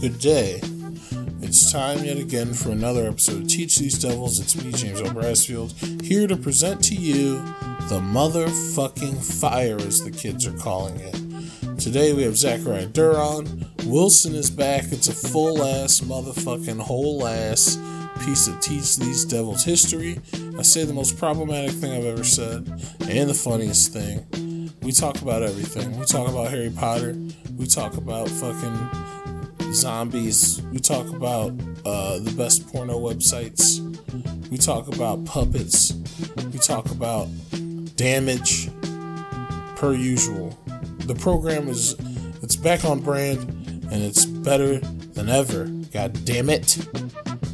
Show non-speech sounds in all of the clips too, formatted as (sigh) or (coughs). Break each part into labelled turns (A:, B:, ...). A: Good day. It's time yet again for another episode of Teach These Devils. It's me, James L. Brasfield, here to present to you the motherfucking fire, as the kids are calling it. Today we have Zachariah Duron. Wilson is back. It's a full ass, motherfucking whole ass piece of Teach These Devils history. I say the most problematic thing I've ever said and the funniest thing. We talk about everything. We talk about Harry Potter. We talk about fucking zombies. We talk about uh, the best porno websites. We talk about puppets. We talk about damage. Per usual, the program is it's back on brand and it's better than ever. God damn it!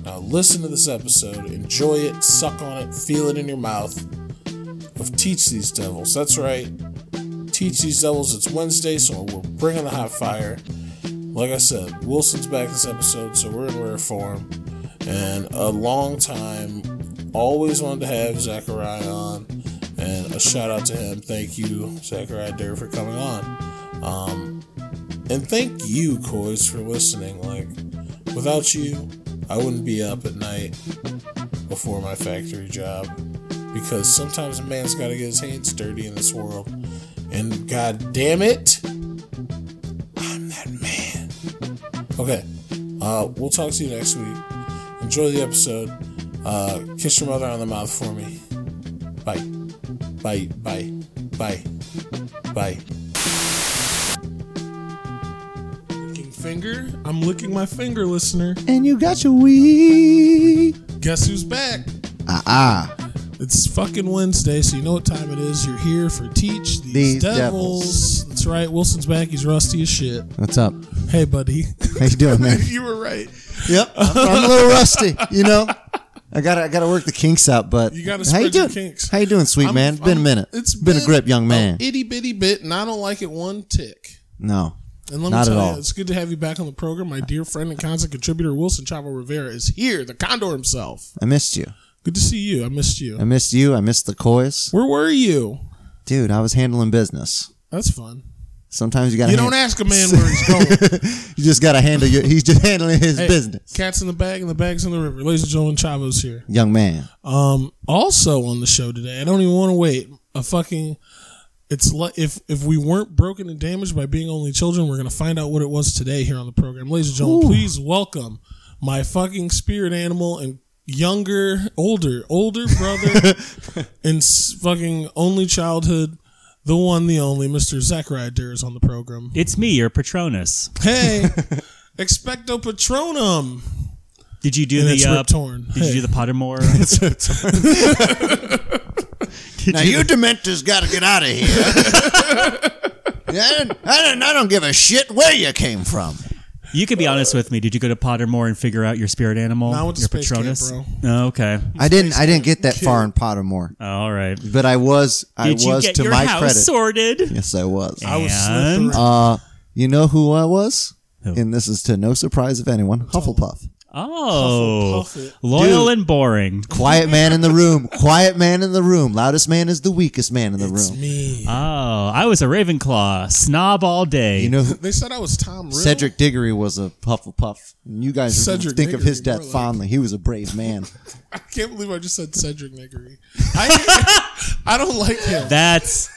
A: Now listen to this episode, enjoy it, suck on it, feel it in your mouth. Of teach these devils. That's right, teach these devils. It's Wednesday, so we're bringing the hot fire like I said, Wilson's back this episode, so we're in rare form. And a long time, always wanted to have Zachariah on. And a shout out to him. Thank you, Zachariah Durr, for coming on. Um, and thank you, Coys, for listening. Like, without you, I wouldn't be up at night before my factory job. Because sometimes a man's got to get his hands dirty in this world. And god damn it, I'm that man. Okay. Uh, we'll talk to you next week. Enjoy the episode. Uh, kiss your mother on the mouth for me. Bye. Bye. Bye. Bye. Bye. Licking finger. I'm licking my finger, listener.
B: And you got your weed.
A: Guess who's back?
B: Ah ah.
A: It's fucking Wednesday, so you know what time it is. You're here for Teach These,
B: These
A: devils. That's right. Wilson's back. He's rusty as shit.
B: What's up?
A: Hey, buddy.
B: (laughs)
A: (laughs)
B: How you doing, man?
A: you were right.
B: yep. I'm, I'm a little rusty. You know, I gotta I gotta work the kinks out, but
A: You gotta
B: how you
A: spread your
B: doing?
A: kinks.
B: How you doing, sweet
A: I'm-
B: man? been a
A: I'm-
B: minute.
A: It's
B: been, a grip, young man.
A: Itty bitty bit, and I don't like it one tick.
B: no,
A: And let me
B: Not at
A: tell you,
B: all.
A: it's good to have you back on the program. My dear friend and constant contributor Wilson Chavo Rivera is here, the Condor himself.
B: I missed you.
A: Good to see you. I missed
B: I
A: you.
B: missed you. I missed the coys,
A: Where were you?
B: dude. I was handling business.
A: That's fun.
B: Sometimes you gotta.
A: You don't
B: hand-
A: ask a man where
B: (laughs)
A: he's going.
B: you just gotta handle your. He's just handling his
A: Hey,
B: business,
A: Cats in the bag and the bags in the river. Ladies and gentlemen, Chavo's here.
B: young man.
A: Um, also on the show today, I don't even want to wait. A fucking, it's like if if we weren't broken and damaged by being only children, we're gonna find out what it was today here on the program, ladies and gentlemen. Please welcome my fucking spirit animal and younger, older, older brother and s- fucking only childhood. The one, the only, Mr. Zachariah Durr is on the program.
C: It's me, your Patronus.
A: Hey, expecto patronum.
C: Did you do
A: And
C: the
A: it's
C: uh,
A: ripped torn.
C: Did
A: Hey.
C: you do
A: (laughs)
C: the Pottermore?
B: Now you dementors got to get out of here. (laughs) I, don't, I, don't, I don't give a shit where you came from.
C: (laughs) you could be honest with me. Did you go to Pottermore and figure out your spirit animal?
A: No, I went to
C: your
A: space camp, bro.
C: Oh, okay. Oh,
B: I didn't. I didn't get that far in Pottermore,
C: All right. Did
B: but I was. I
C: you
B: was
C: get
B: to
C: your
B: my
C: house
B: credit.
C: sorted?
B: yes, I was.
A: I was
C: And-
A: slipping.
B: Uh, you know who I was,
C: Who?
B: and this is to no surprise of anyone. Hufflepuff,
C: Oh,
A: Hufflepuff it.
C: loyal and boring.
B: quiet man in the room. Quiet man in the room. Loudest man is the weakest man in the
A: It's
B: room.
A: me.
C: Oh, I was a Ravenclaw snob all day.
B: You know, who-
A: They said I was Tom Riddle.
B: Cedric Diggory was a Hufflepuff. You guys
A: Cedric
B: think of his
A: Diggory,
B: death
A: more like-
B: fondly. He was a
A: (laughs)
B: brave man.
A: I can't believe I just said Cedric Diggory. I, (laughs) I don't like him.
B: (laughs)
C: That's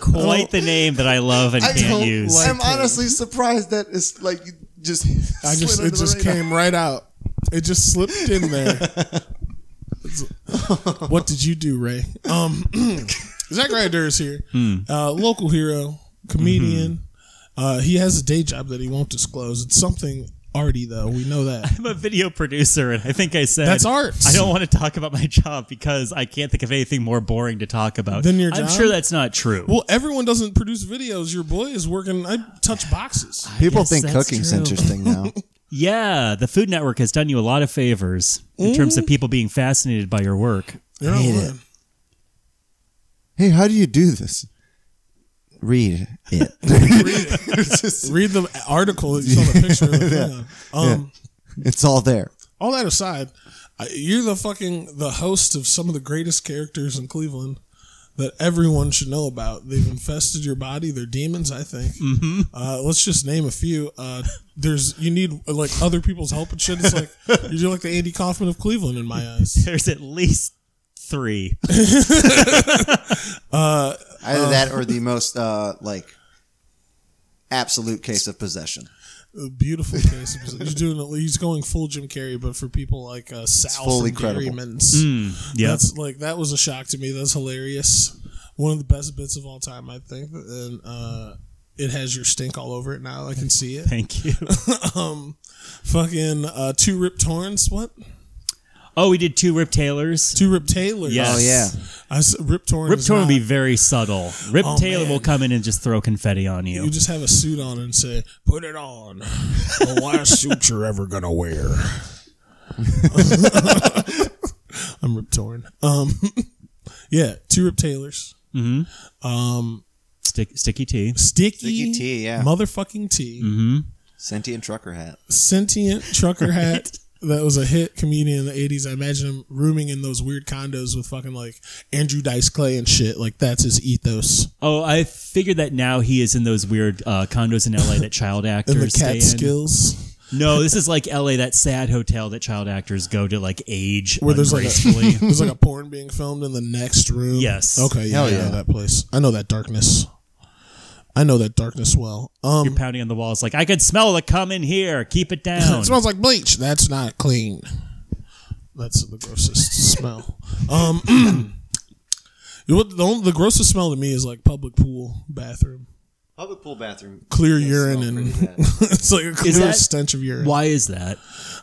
C: quite the name that I love and
B: I
C: can't
B: don't
C: use.
B: like I'm honestly surprised that it's like you just. (laughs)
A: I just it just came right out. It just slipped in there. It's- what did you do, Ray? Um, (clears throat) Zachariah Durr is here, uh, local hero, comedian. Uh, he has a day job that he won't disclose. It's something arty, though. We know that.
C: I'm a video producer, and I think I said
A: That's arts.
C: I don't want to talk about my job because I can't think of anything more boring to talk about
A: Than your
C: I'm
A: job?
C: sure that's not true.
A: Well, everyone doesn't produce videos. Your boy is working. I touch boxes.
B: People
C: Yes,
B: think
C: that's
B: cooking's
C: true.
B: interesting
C: (laughs)
B: now.
C: Yeah, the Food Network has done you a lot of favors in terms of
A: Mm.
C: people being fascinated by your work.
A: You're not
B: Hate it.
A: lying.
B: hey, how do you do this? Read it.
A: (laughs) Read the article that you saw the picture
B: (laughs)
A: of. the thing on. Um,
B: (laughs) it's all there.
A: All that aside, I- you're the fucking the host of some of the greatest characters in Cleveland. that everyone should know about. They've infested your body. They're demons, I think. Mm-hmm. Uh, let's just name a few. Uh, there's you need uh, like other people's help and shit. It's
B: (laughs)
A: like you're like the Andy Kaufman of Cleveland in my eyes.
C: There's at least
A: (laughs)
C: three.
B: Either that or the most uh, like absolute case of possession.
A: A beautiful case. of- He's doing. He's going full Jim Carrey, but for people like uh, Sal
B: fully
A: from Gary
B: credible.
A: Mintz.
C: Yeah.
A: That's like that was a shock to me. That's hilarious. One of the best bits of all time, I think. And uh, it has your stink all over it now. I can see it.
C: Thank you.
A: um, fucking uh, two Rip Torrens. What?
C: Oh, we did two Rip Taylors.
A: Two Rip Taylors.
C: Yes.
B: Oh yeah,
A: I s- Rip Torrens.
C: Rip
A: is
C: Torn will
A: not-
C: be very subtle. Rip
A: Oh,
C: Taylor
A: man.
C: will come in and just throw confetti on you.
A: You just have a suit on and say, "Put it on." the last suit you're ever gonna wear. I'm Rip Torn. Um, (laughs) yeah, two Rip Taylors.
C: Stick, sticky tea.
A: Sticky,
B: Sticky tea, yeah.
A: motherfucking tea.
B: sentient trucker hat.
A: sentient trucker hat that was a hit comedian in the 80s. I imagine him rooming in those weird condos with fucking like Andrew Dice Clay and shit. Like that's his ethos.
C: Oh, I figured that now he is in those weird uh, condos in LA that
A: (laughs)
C: child actors
A: And the
C: stay in.
A: Catskills.
C: No, this is like LA, that sad hotel that child actors go to like age
A: Where there's like
C: gracefully.
A: a, (laughs) there's like a porn being filmed in the next room.
C: Yes.
A: Okay. Yeah,
B: Hell
A: I
B: yeah.
A: know that place. I know that darkness. I know that darkness well. Um,
C: You're pounding on the walls like I could smell the cum in here. Keep it down.
A: it smells like bleach. That's not clean. That's the grossest smell. Um, (clears throat) you know what- the, only, the grossest smell to me is like public pool bathroom.
B: Public pool bathroom.
A: clear urine and (laughs) it's like a clear
C: that-
A: stench of urine.
C: Why is that?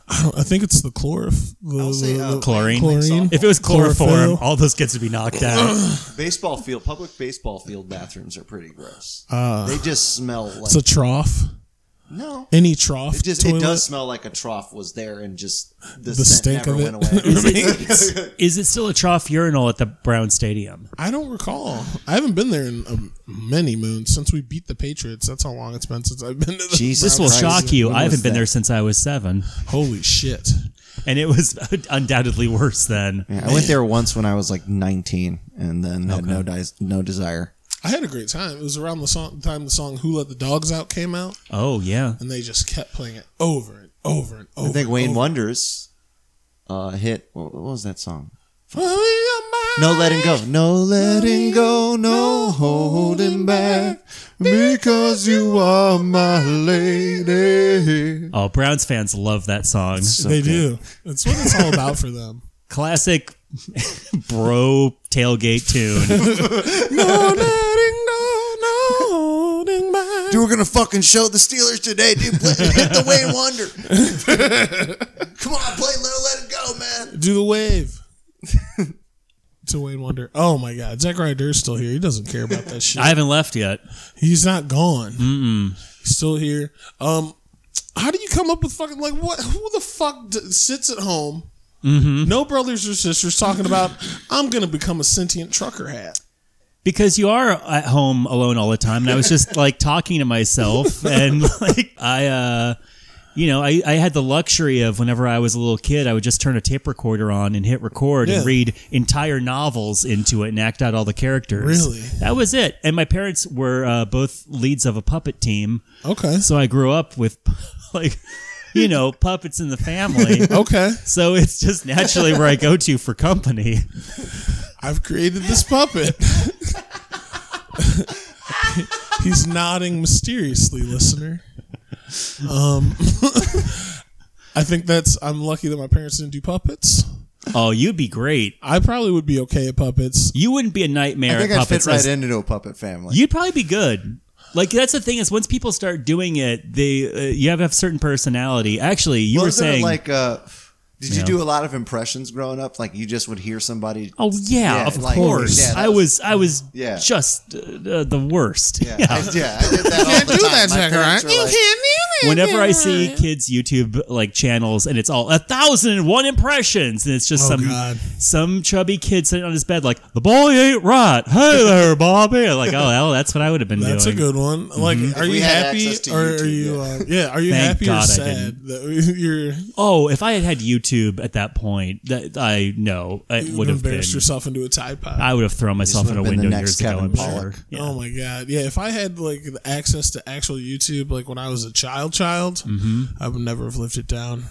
A: I, don't- I think it's the chlorif. The,
B: I'll say,
A: the-
B: uh,
A: the-
C: Chlorine.
A: Chlorine.
C: If it was chloroform,
A: Chlorophyll.
C: all those kids would be
A: (coughs)
C: knocked out.
B: baseball field, public baseball field bathrooms are pretty gross.
A: Uh,
B: they just smell like
A: it's a trough.
B: no.
A: Any trough.
B: It just
A: toilet.
B: it does smell like a trough was there and just the,
A: The
B: scent
A: stink
B: never
A: of
B: went
A: it. (laughs)
B: away.
C: is, it, is it still a trough urinal at the Brown Stadium?
A: I don't recall. I haven't been there in um, many moons since we beat the Patriots. That's how long it's been since I've been to the
B: Jesus
C: This will
B: Christ.
C: shock you.
B: When
C: I haven't
B: was
C: been
B: that?
C: there since I was seven,
A: Holy shit!
C: and it was (laughs) undoubtedly worse then.
B: Yeah, I went there once when I was like 19, and then had no dis- no desire.
A: I had a great time. It was around the song, time the song "Who Let the Dogs Out" came out,
C: Oh yeah,
A: and they just kept playing it over and over and over.
B: I think
A: and
B: Wayne
A: over.
B: Wonders uh, hit. What what was that song?
A: No
B: No letting go, no letting go, no holding back, because you are my lady.
C: oh Browns fans love that song.
B: So
A: they do.
B: good.
A: That's what it's all about for them.
C: Classic (laughs) bro tailgate tune.
A: no letting go, no holding back.
B: Dude, we're gonna fucking show the Steelers today, dude. Play, hit the Wayne (laughs) Wonder. Come on, play little, let it go, man.
A: Do the wave. to Wayne Wonder. Oh my God, Zachary Durr's still here. He doesn't care about that shit.
C: (laughs) I haven't left yet.
A: He's not gone. Mm-mm. He's still here. Um, how do you come up with fucking like what? Who the fuck d- sits at home? No brothers or sisters talking about. I'm gonna become a sentient trucker hat.
C: because you are at home alone all the time and i
B: (laughs)
C: was just like talking to myself and like i uh you know I, I had the luxury of whenever i was a little kid i would just turn a tape recorder on and hit record
A: Yeah.
C: and read entire novels into it and act out all the characters
A: Really?
C: that was it and my parents were uh, both leads of a puppet team
A: Okay.
C: so i grew up with (laughs) like you know puppets in the
B: (laughs)
C: family
B: Oh.
A: Okay.
C: so it's just naturally where i go to for company
A: I've created this puppet. (laughs) He's nodding mysteriously, listener. Um, (laughs) I think that's. I'm lucky that my parents didn't do puppets.
C: oh you'd be great
A: I probably would be okay at puppets.
C: you wouldn't be a nightmare
B: I think
C: at
B: I
C: puppets
B: fit right
C: as-
B: into a puppet family.
C: You'd probably be good. Like that's the thing is once people start doing it, they uh, you have to have certain personality. Actually, you were
B: Wasn't it
C: saying
B: like, uh, did you
C: Yeah.
B: do a lot of impressions growing up? Like you just would hear somebody.
C: Oh yeah,
B: Yeah,
C: of
B: like-
C: course.
B: Yeah, that
C: I was I was
B: Yeah.
C: just uh, uh, the worst.
B: Yeah, I, yeah, I did (laughs) that all the time. My parents were like,
C: (laughs) Whenever I see kids YouTube like channels and it's all a thousand and one impressions and it's just
A: Oh,
C: some
A: God.
C: some chubby kid sitting on his bed like the boy ain't right. Hey there, Bobby. (laughs) Like oh hell, that's what I would have been
A: That's a
C: doing.
A: good one. Like, are
B: mm-hmm. we
A: you
B: had
A: happy
B: access to
A: or are
B: YouTube,
A: you?
B: yeah.
A: Uh, yeah, are you
C: Thank
A: happy or
C: God I
A: sad? That (laughs) you're
C: oh, if I had had YouTube at that point, that I know I
A: You
C: would have been.
A: embarrassed yourself into a Tide Pod.
C: I would have thrown myself in
B: would've
C: a
B: been the
C: window
B: next
C: years ago
B: Kevin
C: and
B: Pollak.
C: Yeah.
A: Oh my god! Yeah, if I had like the access to actual YouTube, like when I was a child, child,
B: Mm-hmm.
A: I would never have lived it down.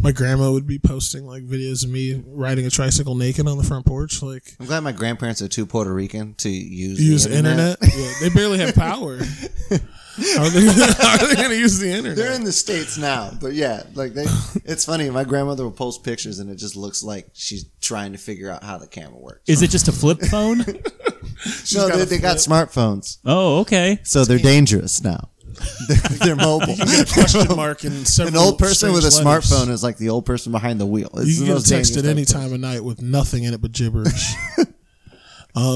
A: My grandma would be posting like videos of me riding a tricycle naked on the front porch. Like
B: I'm glad my grandparents are too Puerto Rican to use the
A: use internet. Yeah, they barely have
B: (laughs)
A: power. How are they, (laughs) how are they going to use the
B: They're
A: internet?
B: in the states now, but yeah, like
A: (laughs)
B: they. It's funny. My grandmother will post pictures, and it just looks like she's trying to figure out how the camera works.
C: Is it just a flip
A: (laughs)
C: phone?
B: no,
A: got
B: they,
A: a
B: they got smartphones,
C: oh, okay.
B: so they're dangerous
A: (laughs)
B: now. They're, they're mobile.
A: Question mark and
B: An old person with a smartphone is like the old person behind the wheel. It's
A: You
B: the
A: can get
B: most
A: a text at
B: dangerous
A: any
B: thing.
A: time of night with nothing in it but
B: (laughs)
A: gibberish. um,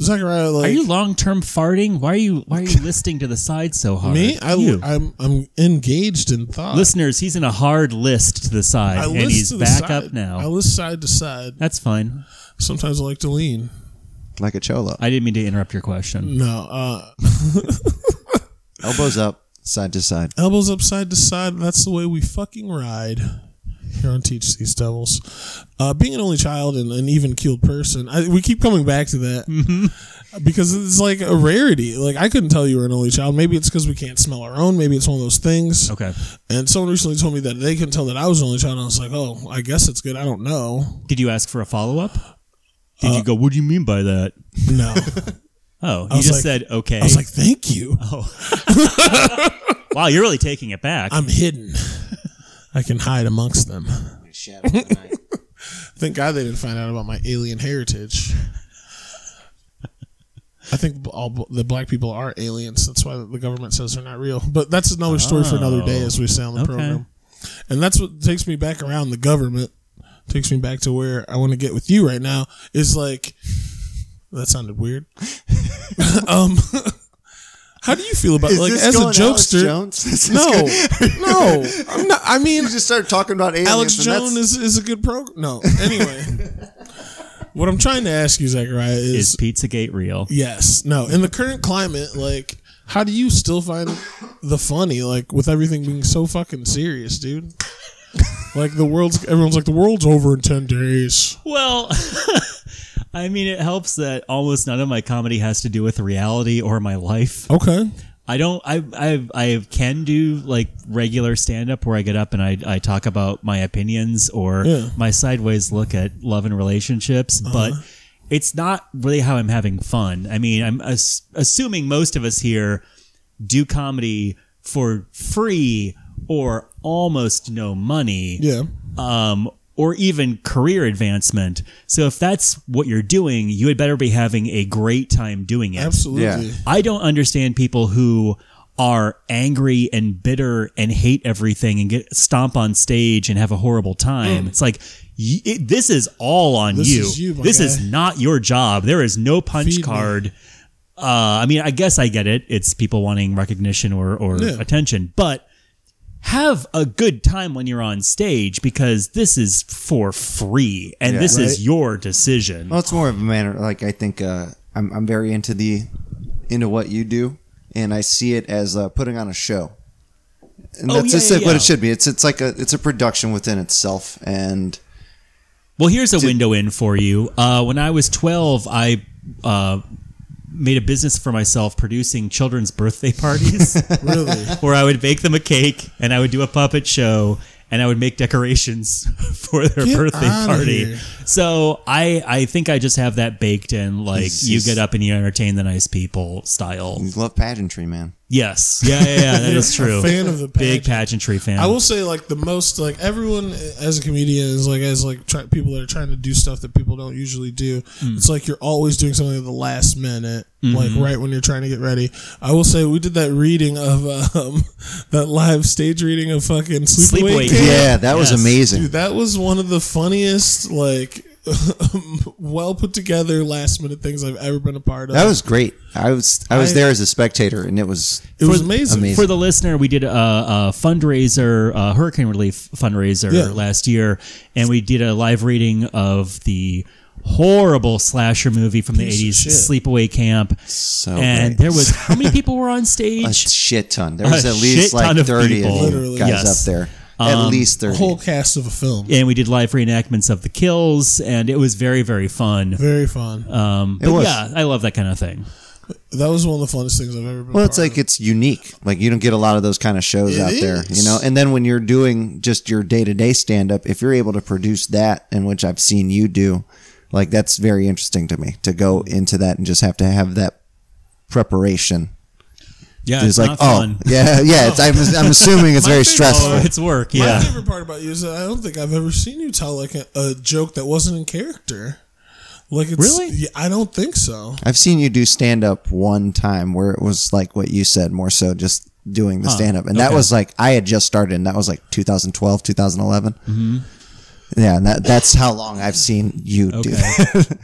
A: Zachariah, like
C: Are you long term farting? Why are you Why
A: (laughs)
C: are you listening to the side so hard?
A: me? I,
C: you.
A: I'm I'm engaged in thought.
C: Listeners, he's in a hard list to the side,
A: I
C: and
A: list
C: he's
A: to the
C: back
A: side.
C: up now.
A: I list side to side.
C: That's fine.
A: Sometimes I like to lean.
B: Like a cholo,
C: I didn't mean to interrupt your question.
A: No, uh,
B: elbows up, side to side.
A: elbows up side to side. That's the way we fucking ride here on Teach These Devils. Uh, being an only child and an even keeled person, I, we keep coming back to that
C: Mm-hmm.
A: because it's like a rarity. Like I couldn't tell you were an only child. Maybe it's because we can't smell our own. Maybe it's one of those things.
C: Okay.
A: And someone recently told me that they couldn't tell that I was an only child. And I was like, oh, I guess it's good. I don't know.
C: Did you ask for a follow up?
A: Uh,
C: Did you go? What do you mean by that? (laughs)
A: No,
C: Oh, you
A: was
C: just
A: like-
C: said okay.
A: I was like, thank
C: Uh-huh.
A: you.
C: wow, you're really taking it back.
A: I'm hidden. (laughs) I can hide amongst them.
B: Shadow of the night.
A: Thank God they didn't find out about my alien heritage. I think all bl- the black people are aliens. That's why the government says they're not real. But that's another story for another day, as we say on the
B: Oh,
C: Okay.
A: program. And that's what takes me back around the government. Takes me back to where I want to get with you right now. Is like that sounded weird. (laughs) um, (laughs) how do you feel about
B: Is
A: like
B: this
A: as a
B: going Alex
A: jokester?
B: Jones? (laughs) Is this
A: No,
B: going-
A: no. I'm not, I mean,
B: you just started talking about aliens.
A: Alex
B: and that's-
A: Jones is, is a good program. No, (laughs) anyway, what I'm trying to ask you, Zachariah, is,
C: Is Pizzagate real?
A: yes, no. In the current climate, like, how do you still find the funny, like, with everything being so fucking serious, dude? Like the world's, everyone's like the world's over in ten days.
C: Well, (laughs) I mean, it helps that almost none of my comedy has to do with reality or my life.
A: Okay,
C: I don't. I I I can do like regular stand up where I get up and I I talk about my opinions or
A: Yeah. Uh-huh.
C: my sideways look at love and relationships, but. It's not really how I'm having fun. I mean, I'm as- assuming most of us here do comedy for free or almost no money
A: yeah,
C: um, or even career advancement. So if that's what you're doing, you had better be having a great time doing it.
A: absolutely.
B: Yeah.
C: I don't understand people who are angry and bitter and hate everything and get stomp on stage and have a horrible time. It's like y- it, this is all on
A: Mm. This
C: you.
A: is you, my
C: this
A: guy.
C: is not your job. There is no punch
A: Feed me.
C: card. Uh, I mean, I guess I get it. It's people wanting recognition or or
A: Yeah.
C: attention, but have a good time when you're on stage because this is for free and
B: Yeah.
C: this
A: Right.
C: is your decision.
B: Well, it's more of a manner. Like I think uh, I'm, I'm very into the into what you do, and I see it as uh, putting on a show. And
C: Oh,
B: that's
C: yeah,
B: just
C: yeah,
B: like what
C: yeah.
B: it should be. It's it's like a it's a production within itself, and
C: Well, here's a window in for you. Uh, when I was 12, I uh, made a business for myself producing children's birthday parties
A: (laughs) Really,
C: where I would bake them a cake and I would do a puppet show and I would make decorations (laughs) for their
A: Get
C: birthday
A: outta
C: party.
A: here.
C: So I, I think I just have that baked in, like
B: It's
C: you
B: just-
C: get up and you entertain the nice people style.
B: you love pageantry, man.
C: Yes. Yeah, yeah, yeah that is
A: You're a
C: true.
A: fan of the
C: Big
A: pageant.
C: pageantry fan.
A: I will say like the most like everyone as a comedian is like as like try, people that are trying to do stuff that people don't usually do.
B: Hmm.
A: It's like you're always doing something at the last minute, like right when you're trying to get ready. I will say we did that reading of um, (laughs) that live stage reading of fucking Sleepaway
C: Sleepaway
A: Camp.
C: Camp.
B: Yeah, that was
C: Yes.
B: amazing.
A: Dude, that was one of the funniest like (laughs) well put together last minute things I've ever been a part of.
B: that was great. I was I was
A: I-
B: there as a spectator, and it was
A: it was amazing.
B: amazing.
C: For the listener, we did a, a fundraiser, a hurricane relief fundraiser
A: Yeah.
C: last year, and we did a live reading of the horrible slasher movie from
A: Piece of
C: the 80s,
A: shit.
C: Sleepaway Camp.
B: so
C: and
B: great.
C: there
B: (laughs)
C: was how many people were on
B: a
C: stage?
B: shit ton. There was
C: A
B: at
C: shit
B: least
C: ton
B: like
C: of
B: thirty of
C: people.
B: you
A: Literally.
B: guys
C: Yes. Um,
B: up there. At least
A: A
B: thirty.
A: whole cast of a film.
C: and we did live reenactments of the kills, and it was very very fun.
A: Very fun.
B: Uh,
C: Um, but
B: was.
C: yeah, I love that kind of thing.
A: that was one of the funnest things I've ever been.
B: Well, it's
A: part
B: like it's unique. Like you don't get a lot of those kind of shows
A: It
B: out there,
A: is.
B: you know. And then when you're doing just your day to day stand up, if you're able to produce that, and which I've seen you do, like that's very interesting to me to go into that and just have to have that preparation.
C: Yeah,
B: It's,
C: it's,
B: like,
C: not
B: oh,
C: fun.
B: yeah, yeah. It's, I'm, I'm assuming
C: (laughs)
B: it's very stressful.
C: Oh, it's work.
A: of.
C: Yeah,
A: My favorite part about you is that I don't think I've ever seen you tell like a, a joke that wasn't in character. Like it's
C: Really?
A: Yeah, I don't think so.
B: I've seen you do stand up one time where it was like what you said, more so just doing the stand up. And that
C: okay.
B: was like, I had just started, and that was like 2012, 2011. Mm-hmm. Yeah, and that, that's how long I've seen you do
C: Okay.
B: that.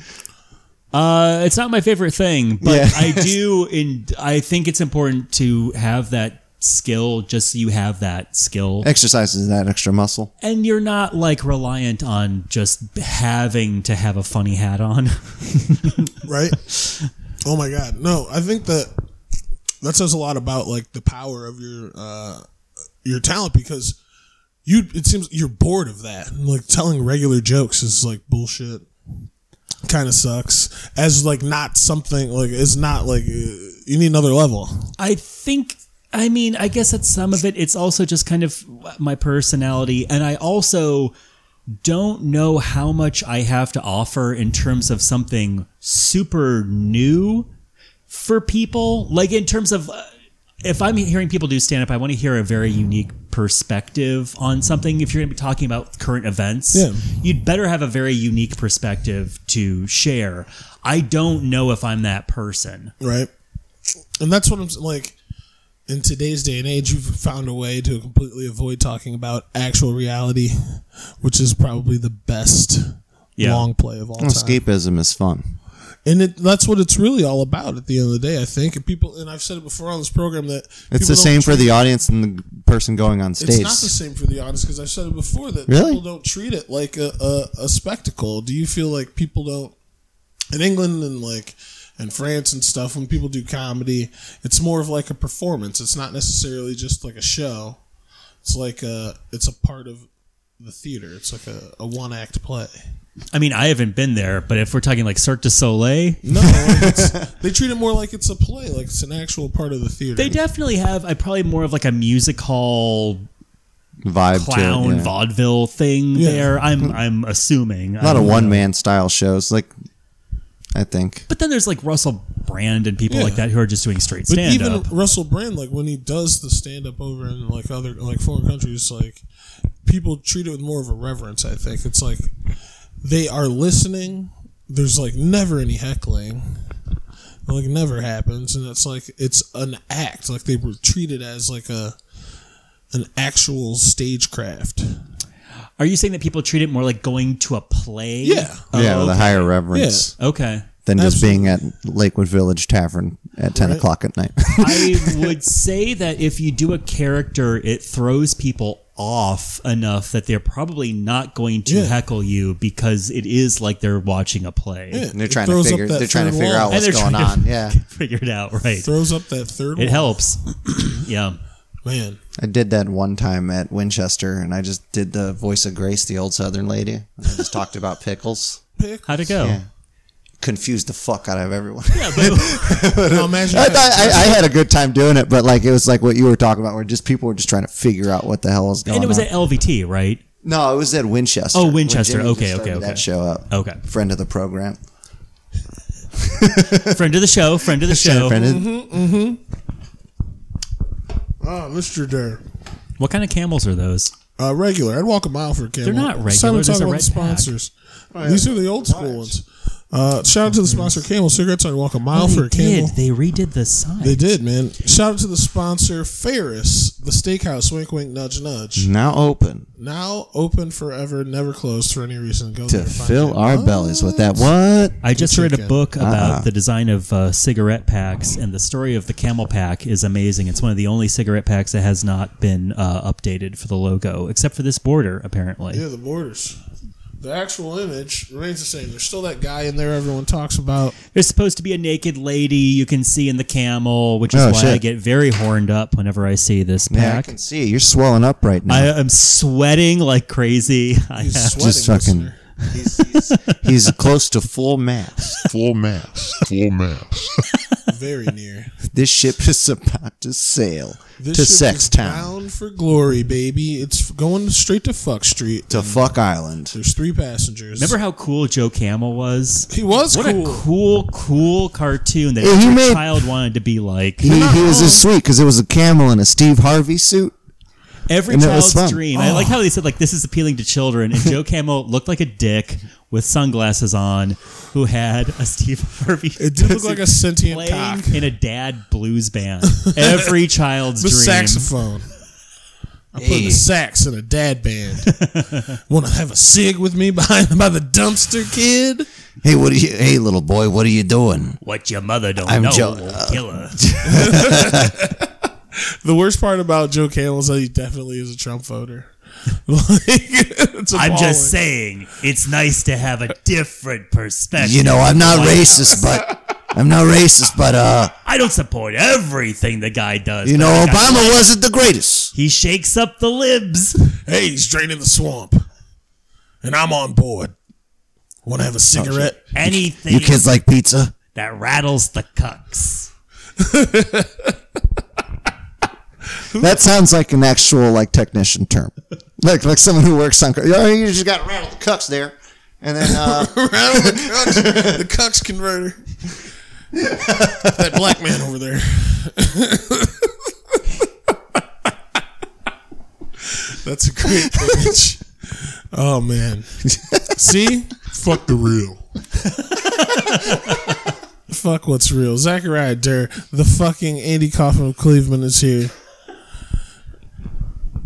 C: Uh, it's not my favorite thing, but
B: Yeah.
C: I do. In I think it's important to have that skill, just so you have that skill,
B: (laughs) Exercises that extra muscle.
C: and you're not like reliant on just having to have a funny hat on. (laughs)
A: Right? oh my god. No, I think that that says a lot about like the power of your uh your talent because you it seems you're bored of that. And, like telling regular jokes is like bullshit. Kind of sucks. As like not something like it's not like uh, you need another level.
C: I think. I mean, I guess at some of it, it's also just kind of my personality, and I also don't know how much I have to offer in terms of something super new for people. Like in terms of, uh, if I'm hearing people do stand up, I want to hear a very unique perspective on something. If you're going to be talking about current events,
A: Yeah.
C: you'd better have a very unique perspective to share. I don't know if I'm that person.
A: right? And that's what I'm s- like. In today's day and age, you've found a way to completely avoid talking about actual reality, which is probably the best
C: Yeah.
A: long play of all time.
B: Escapism is fun.
A: And it, that's what it's really all about. At the end of the day, I think and people, and I've said it before on this program that
B: It's the same for the audience and the person going on
A: It's
B: stage.
A: not the same for the audience because I've said it before that
B: Really?
A: people don't treat it like a, a, a spectacle. Do you feel like people don't in England and like and France and stuff when people do comedy, it's more of like a performance. It's not necessarily just like a show. It's like a it's a part of the theater. It's like a, a one act play.
C: I mean, I haven't been there, but if we're talking like Cirque du Soleil,
A: No, it's, (laughs) they treat it more like it's a play, like it's an actual part of the theater.
C: they definitely have. I probably more of like a music hall
B: vibe
C: clown
B: to it. yeah.
C: vaudeville thing
A: Yeah.
C: there. I'm I'm assuming Um,
B: A lot of one man style shows, like I think.
C: But then there's like Russell Brand and people
A: Yeah.
C: like that who are just doing straight
A: But
C: stand
A: even
C: up.
A: Russell Brand, like when he does the stand up over in like other like foreign countries, like people treat it with more of a reverence. I think it's like they are listening. There's like never any heckling, like never happens, and it's like it's an act. Like they were treated as like a an actual stagecraft.
C: Are you saying that people treat it more like going to a play?
A: Yeah.
C: Oh,
B: yeah, with a
C: okay.
B: higher reverence.
C: Okay.
B: than just being at Lakewood Village Tavern at 10 o'clock at night. (laughs)
C: I (laughs) would say that if you do a character, it throws people off enough that they're probably not going to
A: Yeah.
C: heckle you because it is like they're watching a play.
A: Yeah.
B: And they're
A: Uh, It
B: trying to
A: throws up
B: figure
A: that
B: they're trying to
A: third
B: figure
A: wall.
B: out what's
C: And they're
B: going
C: trying (laughs)
B: on.
C: to
B: Yeah.
C: Figure it out, right?
A: Throws up that third.
C: It
A: wall.
C: helps. (clears throat) yeah.
B: (laughs)
A: man.
B: I did that one time at Winchester and I just did the voice of Grace, the old southern lady. And I (laughs) just talked about pickles.
A: Pick.
C: How'd it go?
B: Yeah. Confused the fuck out of everyone.
C: Yeah,
B: (laughs)
C: but
A: Now imagine
B: I, thought, I, I had a good time doing it, but like it was like what you were talking about, where just people were just trying to figure out what the hell was going
C: and it was
B: on.
C: at LVT, right?
B: no, it was at Winchester.
C: Oh,
B: when
C: Winchester.
B: Jimmy just
C: Okay, okay,
B: started
C: okay.
B: That show up.
C: Okay.
B: Friend of the program.
C: Friend of the show, friend of
B: (laughs)
C: the show.
B: Friend of-
C: mm-hmm.
B: Ah,
A: oh, Mr. Durr.
C: What kind of camels are those?
A: Uh, regular. I'd walk a mile for a camel.
C: They're not regular.
A: It's time to
C: There's
A: talk
C: a
A: about
C: red
A: the sponsors. These are the old school ones. Uh, shout out to the sponsor, Camel Cigarettes. I'd walk a mile for
C: Mm-hmm. they
A: a camel.
C: did. They redid the sign.
A: They did, man. Shout out to the sponsor, Ferris, the steakhouse. Wink, wink, nudge, nudge.
B: Now open.
A: Now open forever, never closed for any reason. Go
B: to
A: there, find
B: fill
A: it.
B: our bellies with that. What?
C: I just read a
A: chicken.
C: book about
B: Ah.
C: the design of uh, cigarette packs, and the story of the camel pack is amazing. It's one of the only cigarette packs that has not been uh, updated for the logo, except for this border, apparently.
A: Yeah, the borders. the actual image remains the same. There's still that guy in there everyone talks about.
C: There's supposed to be a naked lady you can see in the camel, which is
B: Oh,
C: why
B: shit.
C: I get very horned up whenever I see this
B: Yeah, I
C: pack.
B: can see you're swelling up right now.
C: I am sweating like crazy. I
A: He's sweating.
B: (laughs)
C: have-
B: Just fucking-
A: listener.
B: he's, he's, he's close to full mass.
D: Full mass. Full mass.
A: very near.
B: This ship (laughs) is about to sail
A: This
B: to
A: ship
B: Sex
A: is
B: Town,
A: bound for glory, baby. It's going straight to Fuck Street.
B: to Fuck Island.
A: There's three passengers.
C: Remember how cool Joe Camel was?
A: he was
C: What
A: cool.
C: a cool, cool cartoon that
B: Yeah, he
C: every
B: made-
C: child wanted to be like.
B: He, he was just sweet because it was a camel in a Steve Harvey suit.
C: Every
B: and that was fun. Oh.
C: child's dream. I like how they said like this is appealing to children,
B: (laughs)
C: and Joe Camel looked like a dick with sunglasses on, who had a Steve Harvey.
A: it did
C: (laughs)
A: look like a sentient
C: playing
A: cock.
C: in a dad
B: (laughs)
C: blues band. Every child's
A: The
C: dream.
A: saxophone. I'm putting the sax in a dad
C: (laughs)
A: band. Want to have a cig with me behind by the dumpster, kid?
B: Hey, what are you? Hey, little boy, what are you doing?
C: What your mother don't
B: I'm
C: know
B: Joe-
C: will
B: (laughs)
C: kill her.
A: The worst part about Joe Camel is that he definitely is a Trump voter. (laughs) like, it's
C: I'm
A: appalling.
C: just saying, it's nice to have a different perspective.
B: You know, I'm not racist, but I'm not racist, but uh,
C: I don't support everything the guy does.
B: you
C: but
B: know,
C: the guy-
B: Obama wasn't the greatest.
C: he shakes up the libs.
A: Hey, he's draining the swamp, and I'm on board. Want to have a cigarette?
C: Anything
B: You kids like pizza?
C: that rattles the cucks.
B: That sounds like an actual like technician term, like like someone who works on. Oh, you just got to rattle the cucks there, and then uh,
A: Rattle the cucks, the cucks converter. that black man over there. That's a great image. Oh man. See? Fuck the real. Fuck what's real. Zachariah Durr, the fucking Andy Kaufman of Cleveland is here.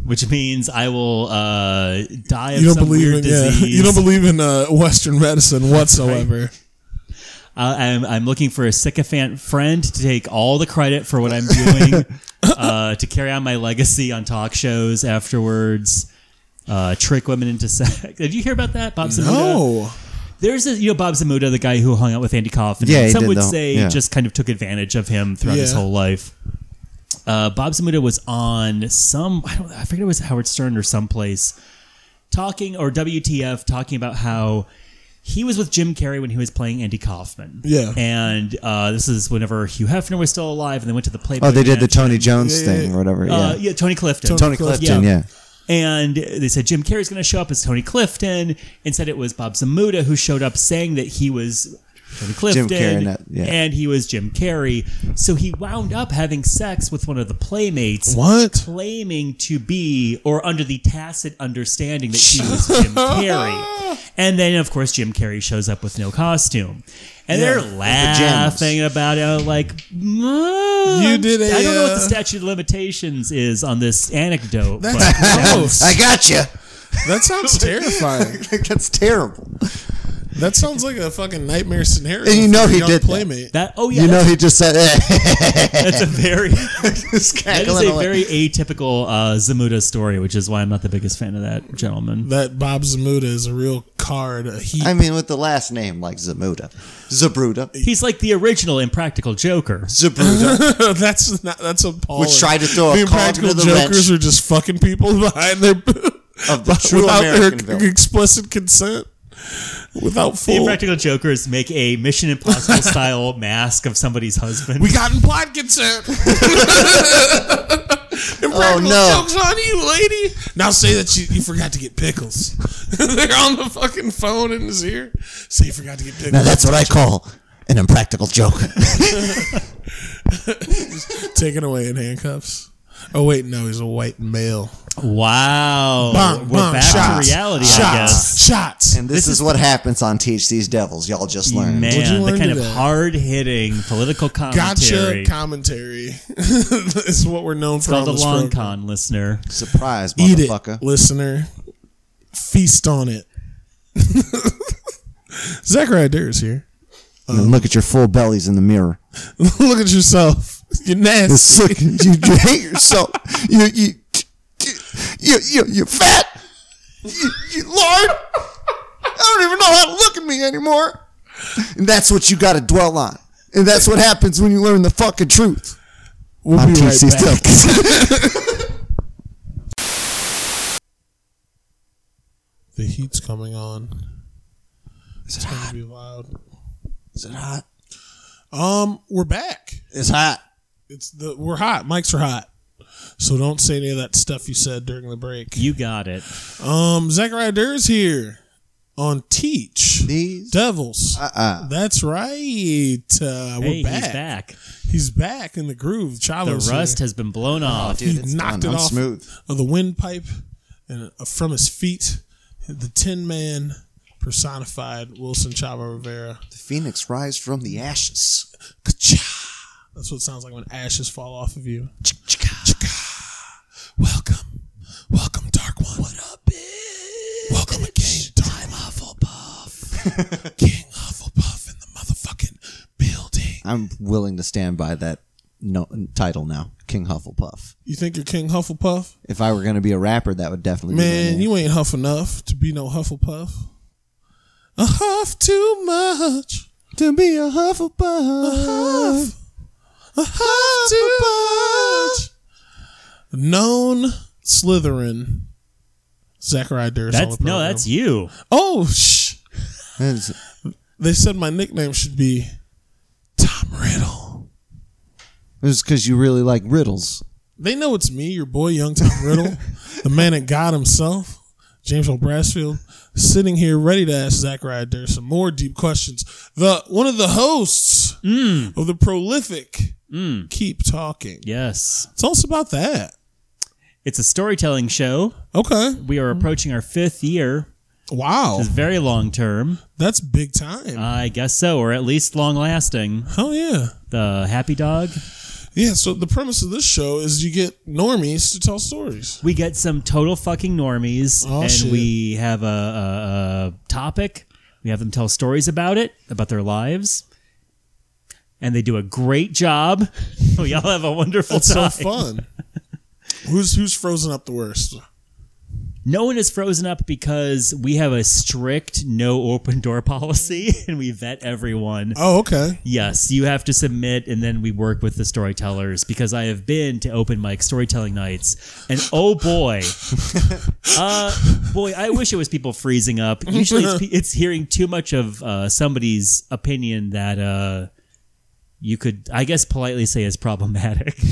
C: Which means I will uh, die of
A: You don't
C: some
A: believe
C: weird
A: in yeah, (laughs)
C: disease.
A: you don't believe in uh, Western
C: (laughs)
A: medicine whatsoever.
C: I- Uh, I'm, I'm looking for a sycophant friend to take all the credit for what
A: (laughs)
C: I'm doing, uh, to carry on my legacy on talk shows afterwards, uh, trick women into sex. Did you hear about that, Bob Samuda?
A: No.
C: There's a, you know, Bob Zamuda, the guy who hung out with Andy Kaufman.
B: Yeah,
C: and
B: he
C: some
B: did
C: would
B: the-
C: say
B: yeah.
C: just kind of took advantage of him throughout his
A: Yeah.
C: whole life. Uh, Bob Zamuda was on some, I, don't, I forget it was Howard Stern or someplace, talking, or WTF, talking about how he was with Jim Carrey when he was playing Andy Kaufman.
A: Yeah.
C: And uh, this is whenever Hugh Hefner was still alive and they went to the
B: (laughs)
C: Playboy.
B: oh, they did the
C: Mansion.
B: Tony Jones thing or whatever. Yeah,
C: Uh, yeah, Tony Clifton.
B: Tony Clifton.
C: yeah.
B: Yeah.
C: And they said Jim Carrey's going to show up as Tony Clifton, and said it was Bob Zamuda who showed up saying that he was Tony Clifton,
B: Carrey, not- yeah.
C: and he was Jim Carrey. So he wound up having sex with one of the playmates,
A: What?
C: claiming to be or under the tacit understanding that she was Jim Carrey. And then, of course, Jim Carrey shows up with no costume. And they're laughing about it, like, you
A: did a,
C: I don't know what the
A: uh,
C: statute of limitations is on this anecdote.
A: That's
C: but-
A: gross.
B: I got you.
A: That
C: (laughs)
A: sounds terrifying.
B: (laughs) That's terrible.
A: That sounds like a fucking nightmare scenario.
B: And you
A: for
B: know
A: a
B: he
A: young
B: did that.
A: playmate.
C: That oh yeah,
B: You know,
C: that's,
B: he just said, eh.
C: that's a very that
B: just
C: is
B: cackling
C: a
B: away.
C: very atypical uh, Zamuda story, which is why I'm not the biggest fan of that gentleman.
A: That Bob Zamuda is a real card. A heat.
B: I mean, with the last name like Zamuda, Zabruda,
C: He's like the original Impractical Joker.
B: Zabruda,
A: (laughs) that's not. That's appalling.
B: Which tried to throw a
A: the
B: cog
A: impractical
B: into the
A: jokers are just fucking people (laughs) behind their
B: (laughs) Of the true
A: without
B: American
A: their
B: villain.
A: explicit consent, without
C: The
A: full.
C: Impractical Jokers make a Mission
A: (laughs)
C: Impossible style mask of somebody's husband.
A: we got implied
B: (laughs)
A: consent. (laughs) Impractical
B: Oh, no.
A: jokes on you, lady. Now say that you, you forgot to get pickles. (laughs) They're on the fucking phone in his ear. Say you forgot to get pickles.
B: Now that's what I call an impractical joke.
A: taken away in handcuffs. Oh wait, no, he's a white male.
C: wow,
A: Bang,
C: we're
A: bang,
C: back
A: shots,
C: to reality,
A: Shots,
C: I guess.
A: shots.
B: (laughs) and this, is, what happens on Teach These Devils. Y'all just learned.
A: What'd you
C: Man, the
A: learn
C: kind of
A: today?
C: hard hitting political commentary.
A: Gotcha commentary (laughs) is what we're known for.
C: Called the
A: on this
C: long
A: program.
C: con listener.
B: Surprise,
A: Eat
B: motherfucker.
A: it, listener. Feast on it. (laughs) Zachariah Dare is here. (laughs)
B: and look at your full bellies in the mirror.
A: Look at yourself. (laughs) You're nasty.
B: Just look, you, you hate yourself. You you you you you you're fat. You, you lard. I don't even know how to look at me anymore. And that's what you got to dwell on. And that's what happens when you learn the fucking truth.
A: We'll
B: on
A: be right
B: TC
A: back.
B: Stilts.
A: The heat's coming on. Is it hot? Be loud.
B: Is it hot?
A: Um, we're back.
B: (laughs) It's hot.
A: It's the we're hot. Mics are hot. So don't say any of that stuff you said during the break.
C: You got it.
A: Um, Zachariah Durr is here on Teach
B: These-
A: Devils.
B: Uh-uh.
A: That's right. Uh, we're
C: Hey,
A: back.
C: he's back.
A: He's back in the groove.
C: The
A: Chalo's
C: rust has been blown
A: Oh,
C: off.
A: He knocked
B: done.
A: it
B: I'm
A: off
B: smooth.
A: of the windpipe and uh, from his feet. The Tin Man personified Wilson Chavo Rivera.
B: The phoenix rise from the ashes.
A: Ka-cha. That's what it sounds like when ashes fall off of you. Ka-cha. Welcome. Welcome, Dark One. What up, bitch? Welcome again, Dark I'm Hufflepuff. (laughs) King Hufflepuff in the motherfucking building.
B: I'm willing to stand by that no, title now, King Hufflepuff.
A: You think you're King Hufflepuff?
B: If I were going to be a rapper, that would definitely be my
A: Man,
B: name.
A: you ain't huff enough to be no Hufflepuff. A huff too much.
B: to be a Hufflepuff.
A: Huff. A huff too much. Known Slytherin. Zachariah Durst.
C: That's no, that's you.
A: Oh, shh.
B: That's-
A: They said my nickname should be Tom Riddle.
B: It was because you really like riddles.
A: They know it's me, your boy, young Tom
C: (laughs)
A: Riddle, the man at God himself, James Earl Brassfield, sitting here ready to ask Zachariah Durr some more deep questions. The one of the hosts
C: Mm.
A: of the prolific Keep Talking.
C: Yes.
A: Tell us about that.
C: It's a storytelling show.
A: Okay.
C: We are approaching our fifth year.
A: Wow.
C: It's very long term.
A: That's big time.
C: I guess so, or at least long lasting.
A: oh yeah.
C: The Happy Dog.
A: Yeah, so the premise of this show is you get normies to tell stories.
C: We get some total fucking normies,
A: Oh,
C: and
A: shit.
C: we have a, a, a topic. We have them tell stories about it, about their lives, and they do a great job. (laughs) we all have a wonderful
A: That's so
C: time.
A: fun. (laughs) who's who's frozen up the worst?
C: No one is frozen up because we have a strict no open door (laughs) policy, and we vet everyone.
A: Oh, okay.
C: Yes, you have to submit, and then we work with the storytellers because I have been to open mic storytelling nights, and oh boy, uh, boy, I wish it was people freezing up. Usually, it's, pe- it's hearing too much of uh, somebody's opinion that uh, you could, I guess, politely say is problematic. (laughs)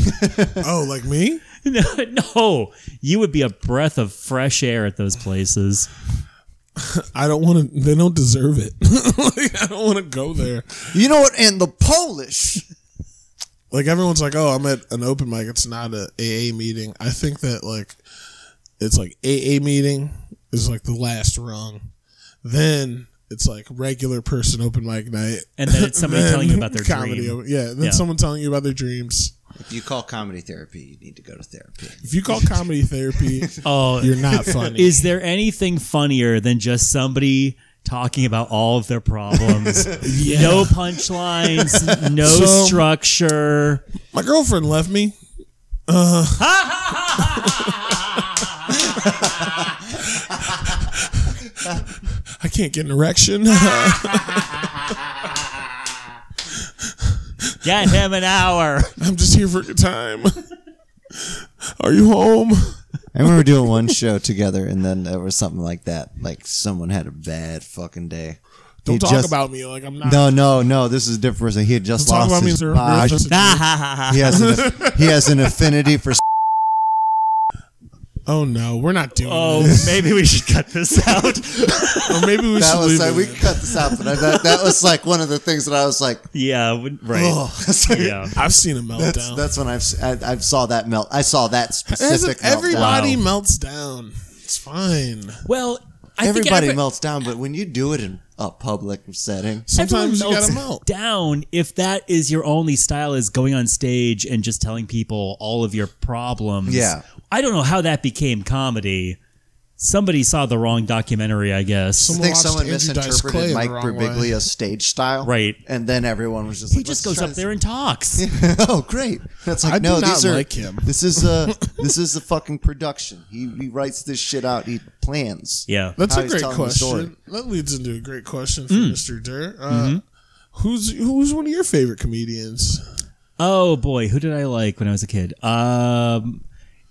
A: Oh, like me?
C: no, no, you would be a breath of fresh air at those places.
A: I don't want to. They don't deserve it. (laughs) like, I don't want to go there.
B: You know what? And the Polish.
A: Like everyone's like, "Oh, I'm at an open mic. It's not a AA meeting." I think that like it's like AA meeting is like the last rung. Then it's like regular person open mic night,
C: And then it's somebody telling you about their
A: comedy.
C: dream.
A: open- Yeah, then
C: Yeah.
A: someone telling you about their dreams.
B: If you call comedy therapy, you need to go to therapy.
A: If you call comedy
C: (laughs)
A: therapy,
C: Oh,
A: you're not funny.
C: Is there anything funnier than just somebody talking about all of
B: (laughs)
C: their problems? No punchlines, no
A: So-
C: structure.
A: My girlfriend left me. Uh, (laughs) I can't get an erection. (laughs) I'm
C: Get him an hour. (laughs)
A: just here for a good time. Are you home?
B: I remember doing one show together, and then there was something like that. Like someone had a bad fucking day.
A: Don't
B: He
A: talk
B: just-
A: about me like I'm not.
B: No, no, no. This is a different person. He had just
A: Don't talk
B: lost
A: about me.
B: his
A: sir.
B: mind. He has an he has an affinity
A: (laughs)
B: for.
A: Oh no, we're not doing
C: oh,
A: this.
C: maybe we should cut this out. (laughs)
A: Or maybe
B: (laughs)
A: we
B: That
A: should
B: was
A: leave.
B: like,
A: it
B: we
A: in.
B: can cut this out, but I, that, that was like one of the things that I was like,
C: yeah, w- right.
B: (laughs) oh,
C: Yeah.
A: I've seen a
B: That's,
A: meltdown.
B: that's when I've s- I, have saw that melt. I saw that specific.
A: Isn't- everybody
B: meltdown.
A: melts down. It's fine.
C: Well, I think
B: everybody
C: every-
B: melts down, but when you do it in a public setting,
C: everyone
A: Sometimes you
C: melts
A: gotta melt.
C: down if that is your only style is going on stage and just telling people all of your problems.
B: Yeah.
C: I don't know how that became comedy. somebody saw the wrong documentary, I guess.
B: I
A: Someone-
B: think
A: watched
B: someone
A: Andrew Dice Clay
B: misinterpreted
A: the
B: Mike
A: wrong
B: Birbiglia's stage style,
C: Right.
B: And then everyone was just
C: he
B: like,
C: just
B: "Let's
C: goes
B: try
C: up there and talks.
B: this." (laughs) oh, great! That's like
A: I do
B: no,
A: not
B: these are
A: like him.
B: this
A: (laughs)
B: is a this is a fucking production. He he writes this shit out. He plans.
C: Yeah.
A: That's
B: how
A: a
B: he's
A: great
B: telling the story.
A: question. That leads into a great question for Mr. Durr. Uh, Who's who's one of your favorite comedians?
C: Oh boy, who did I like when I was a kid? Um,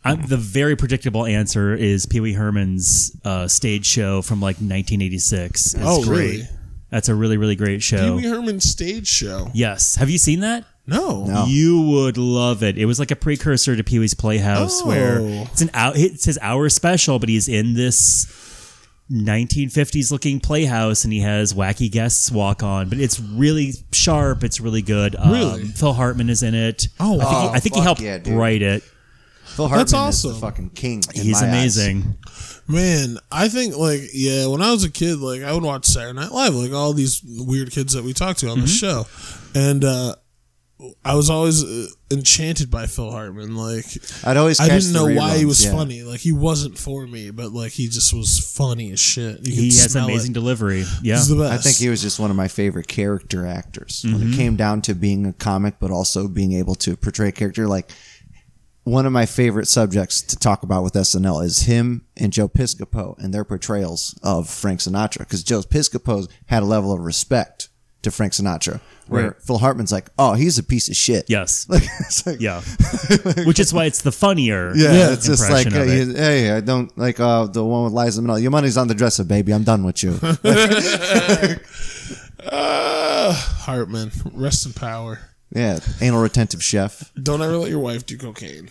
C: I'm, the very predictable answer is Pee Wee Herman's uh, stage show from like 1986. It's
A: Oh,
C: great.
A: really?
C: That's a really really great show.
A: Pee Wee Herman's stage show.
C: yes, have you seen that?
A: No.
B: No.
C: You would love it. It was like a precursor to Pee Wee's Playhouse,
A: Oh.
C: where it's an hour, it's his hour special, but he's in this 1950s looking playhouse and he has wacky guests walk on. But it's really sharp. It's really good. Um,
A: Really?
C: Phil Hartman is in it.
A: Oh,
C: I think,
B: wow.
C: he, I think he
B: Fuck
C: helped
B: yeah, dude.
C: write it.
B: Phil Hartman is
A: awesome.
B: the fucking king. in
C: He's
B: my eyes.
C: amazing.
A: Man, I think like yeah, when I was a kid, like I would watch Saturday Night Live, like all these weird kids that we talked to on the show, and uh, I was always uh, enchanted by Phil Hartman. Like
B: I'd always
A: I
B: catch
A: didn't
B: the
A: know why he
B: reruns,
A: was
B: yeah.
A: funny. Like he wasn't for me, but like he just was funny as shit. You
C: He
A: could
C: has
A: smell
C: amazing
A: It.
C: delivery. Yeah.
A: He's the best.
B: I think he was just one of my favorite character actors.
C: Mm-hmm.
B: When it came down to being a comic, but also being able to portray a character, like one of my favorite subjects to talk about with SNL is him and Joe Piscopo and their portrayals of Frank Sinatra, because Joe Piscopo had a level of respect to Frank Sinatra, where
C: Right.
B: Phil Hartman's like, "Oh, he's a piece of shit."
C: Yes.
B: like, (laughs) it's like
C: Yeah. Which is why it's the funnier.
B: yeah,
A: Yeah.
B: it's just like,
C: Impression of
B: uh,
C: it.
B: you- hey, I don't like uh, the one with Liza Minnelli. Your money's on the dresser, baby. I'm done with you.
C: (laughs)
A: uh, Hartman. Rest in power.
B: yeah, anal retentive chef.
A: Don't ever let your wife do cocaine.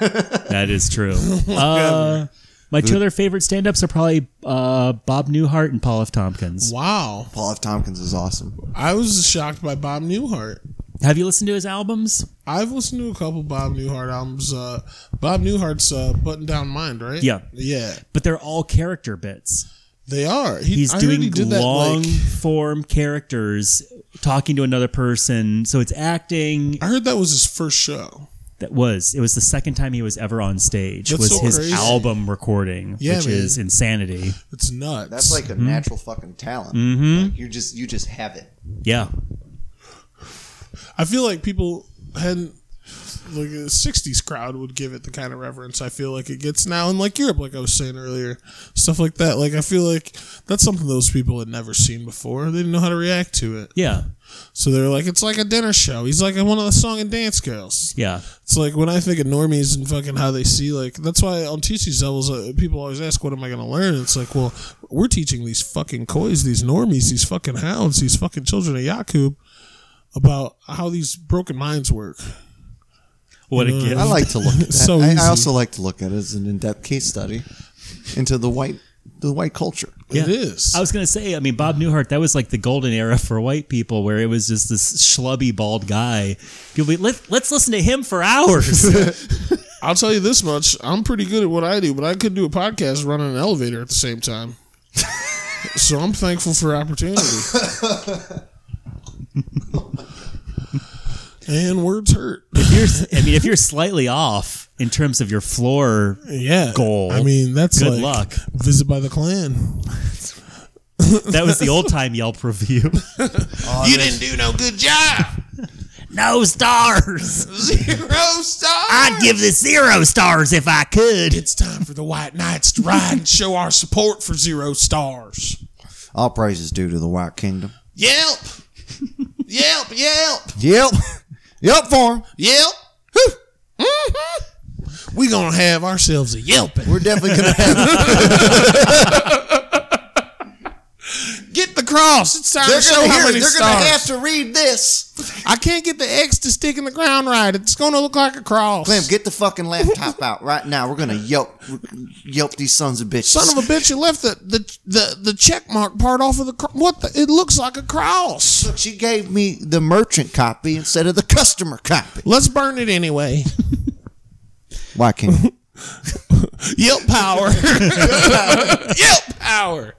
C: That is
A: (laughs)
C: true.
A: Oh,
C: Uh, my two other favorite stand ups are probably uh, Bob Newhart and Paul F. Tompkins.
A: Wow,
B: Paul F. Tompkins is awesome.
A: I was shocked by Bob Newhart.
C: Have you listened to his albums?
A: I've listened to a couple Bob Newhart albums. Uh, Bob Newhart's uh, Button Down Mind, right?
C: Yeah.
A: Yeah.
C: But they're all character bits.
A: They are. He-
C: He's
A: I heard
C: doing
A: he did that,
C: long
A: like-
C: form characters talking to another person. So it's acting.
A: I heard that was his first show.
C: That was it was the second time he was ever on stage.
A: That's
C: was
A: so
C: his
A: crazy.
C: album recording,
A: Yeah,
C: which
A: man.
C: is insanity.
A: It's nuts.
B: That's like a
A: Hmm?
B: natural fucking talent. Like, you just you just have it.
C: Yeah,
A: I feel like people hadn't like the '60s crowd would give it the kind of reverence I feel like it gets now in like Europe, like I was saying earlier, stuff like that. Like I feel like that's something those people had never seen before. They didn't know how to react to it,
C: yeah,
A: so they're like, "It's like a dinner show." He's like one of the song and dance girls.
C: yeah.
A: It's like when I think of normies and fucking how they see, like that's why on TC's levels, uh, people always ask, "What am I going to learn?" It's like, well, we're teaching these fucking coys, these normies, these fucking hounds, these fucking children of Yakub about how these broken minds work.
C: What a
A: Uh,
C: gift!
B: I like to
A: (laughs)
B: look at that.
A: So
B: I,
A: easy.
B: I also like to look at it as an in-depth case study into the white the white culture.
A: It is.
C: I was gonna say, I mean, Bob Newhart, that was like the golden era for white people, where it was just this schlubby bald guy. People, be, Let, let's listen to him for hours.
A: I'll tell you this much: I'm pretty good at what I do, but I could do a podcast running an elevator at the same
C: (laughs)
A: time. so I'm thankful for opportunity. and words hurt.
C: if you're, I mean, if you're slightly off in terms of your floor,
A: yeah
C: goal.
A: I mean, that's
C: Good
A: like
C: luck.
A: Visit by the Klan.
C: that was the old time Yelp review.
A: (laughs) you didn't do no good job.
C: no stars.
A: Zero star.
C: I'd give this zero stars if I
A: (laughs)
C: could.
A: it's time for the White Knights to ride and show our support for zero stars.
B: All praises due to the white kingdom.
A: Yelp, yelp, yelp,
B: Yep. (laughs) yep for 'em.
A: yelp. Mm-hmm. We gonna have ourselves a yelping.
B: We're definitely gonna (laughs) have
A: Get the cross. It's time
B: they're
A: to show
B: gonna
A: how
B: hear it.
A: many
B: They're
A: stars.
B: gonna have to read this.
A: I can't get the X to stick in the ground right. It's gonna look like a cross.
B: Clem, get the fucking laptop out right now. We're gonna yelp yelp these sons of bitches.
A: Son of a bitch, you left the the the, the check mark part off of the cro- what? The, it looks like a cross.
B: she gave me the merchant copy instead of the customer copy.
A: Let's burn it anyway. (laughs)
B: White kingdom.
A: Yelp power. Yelp power.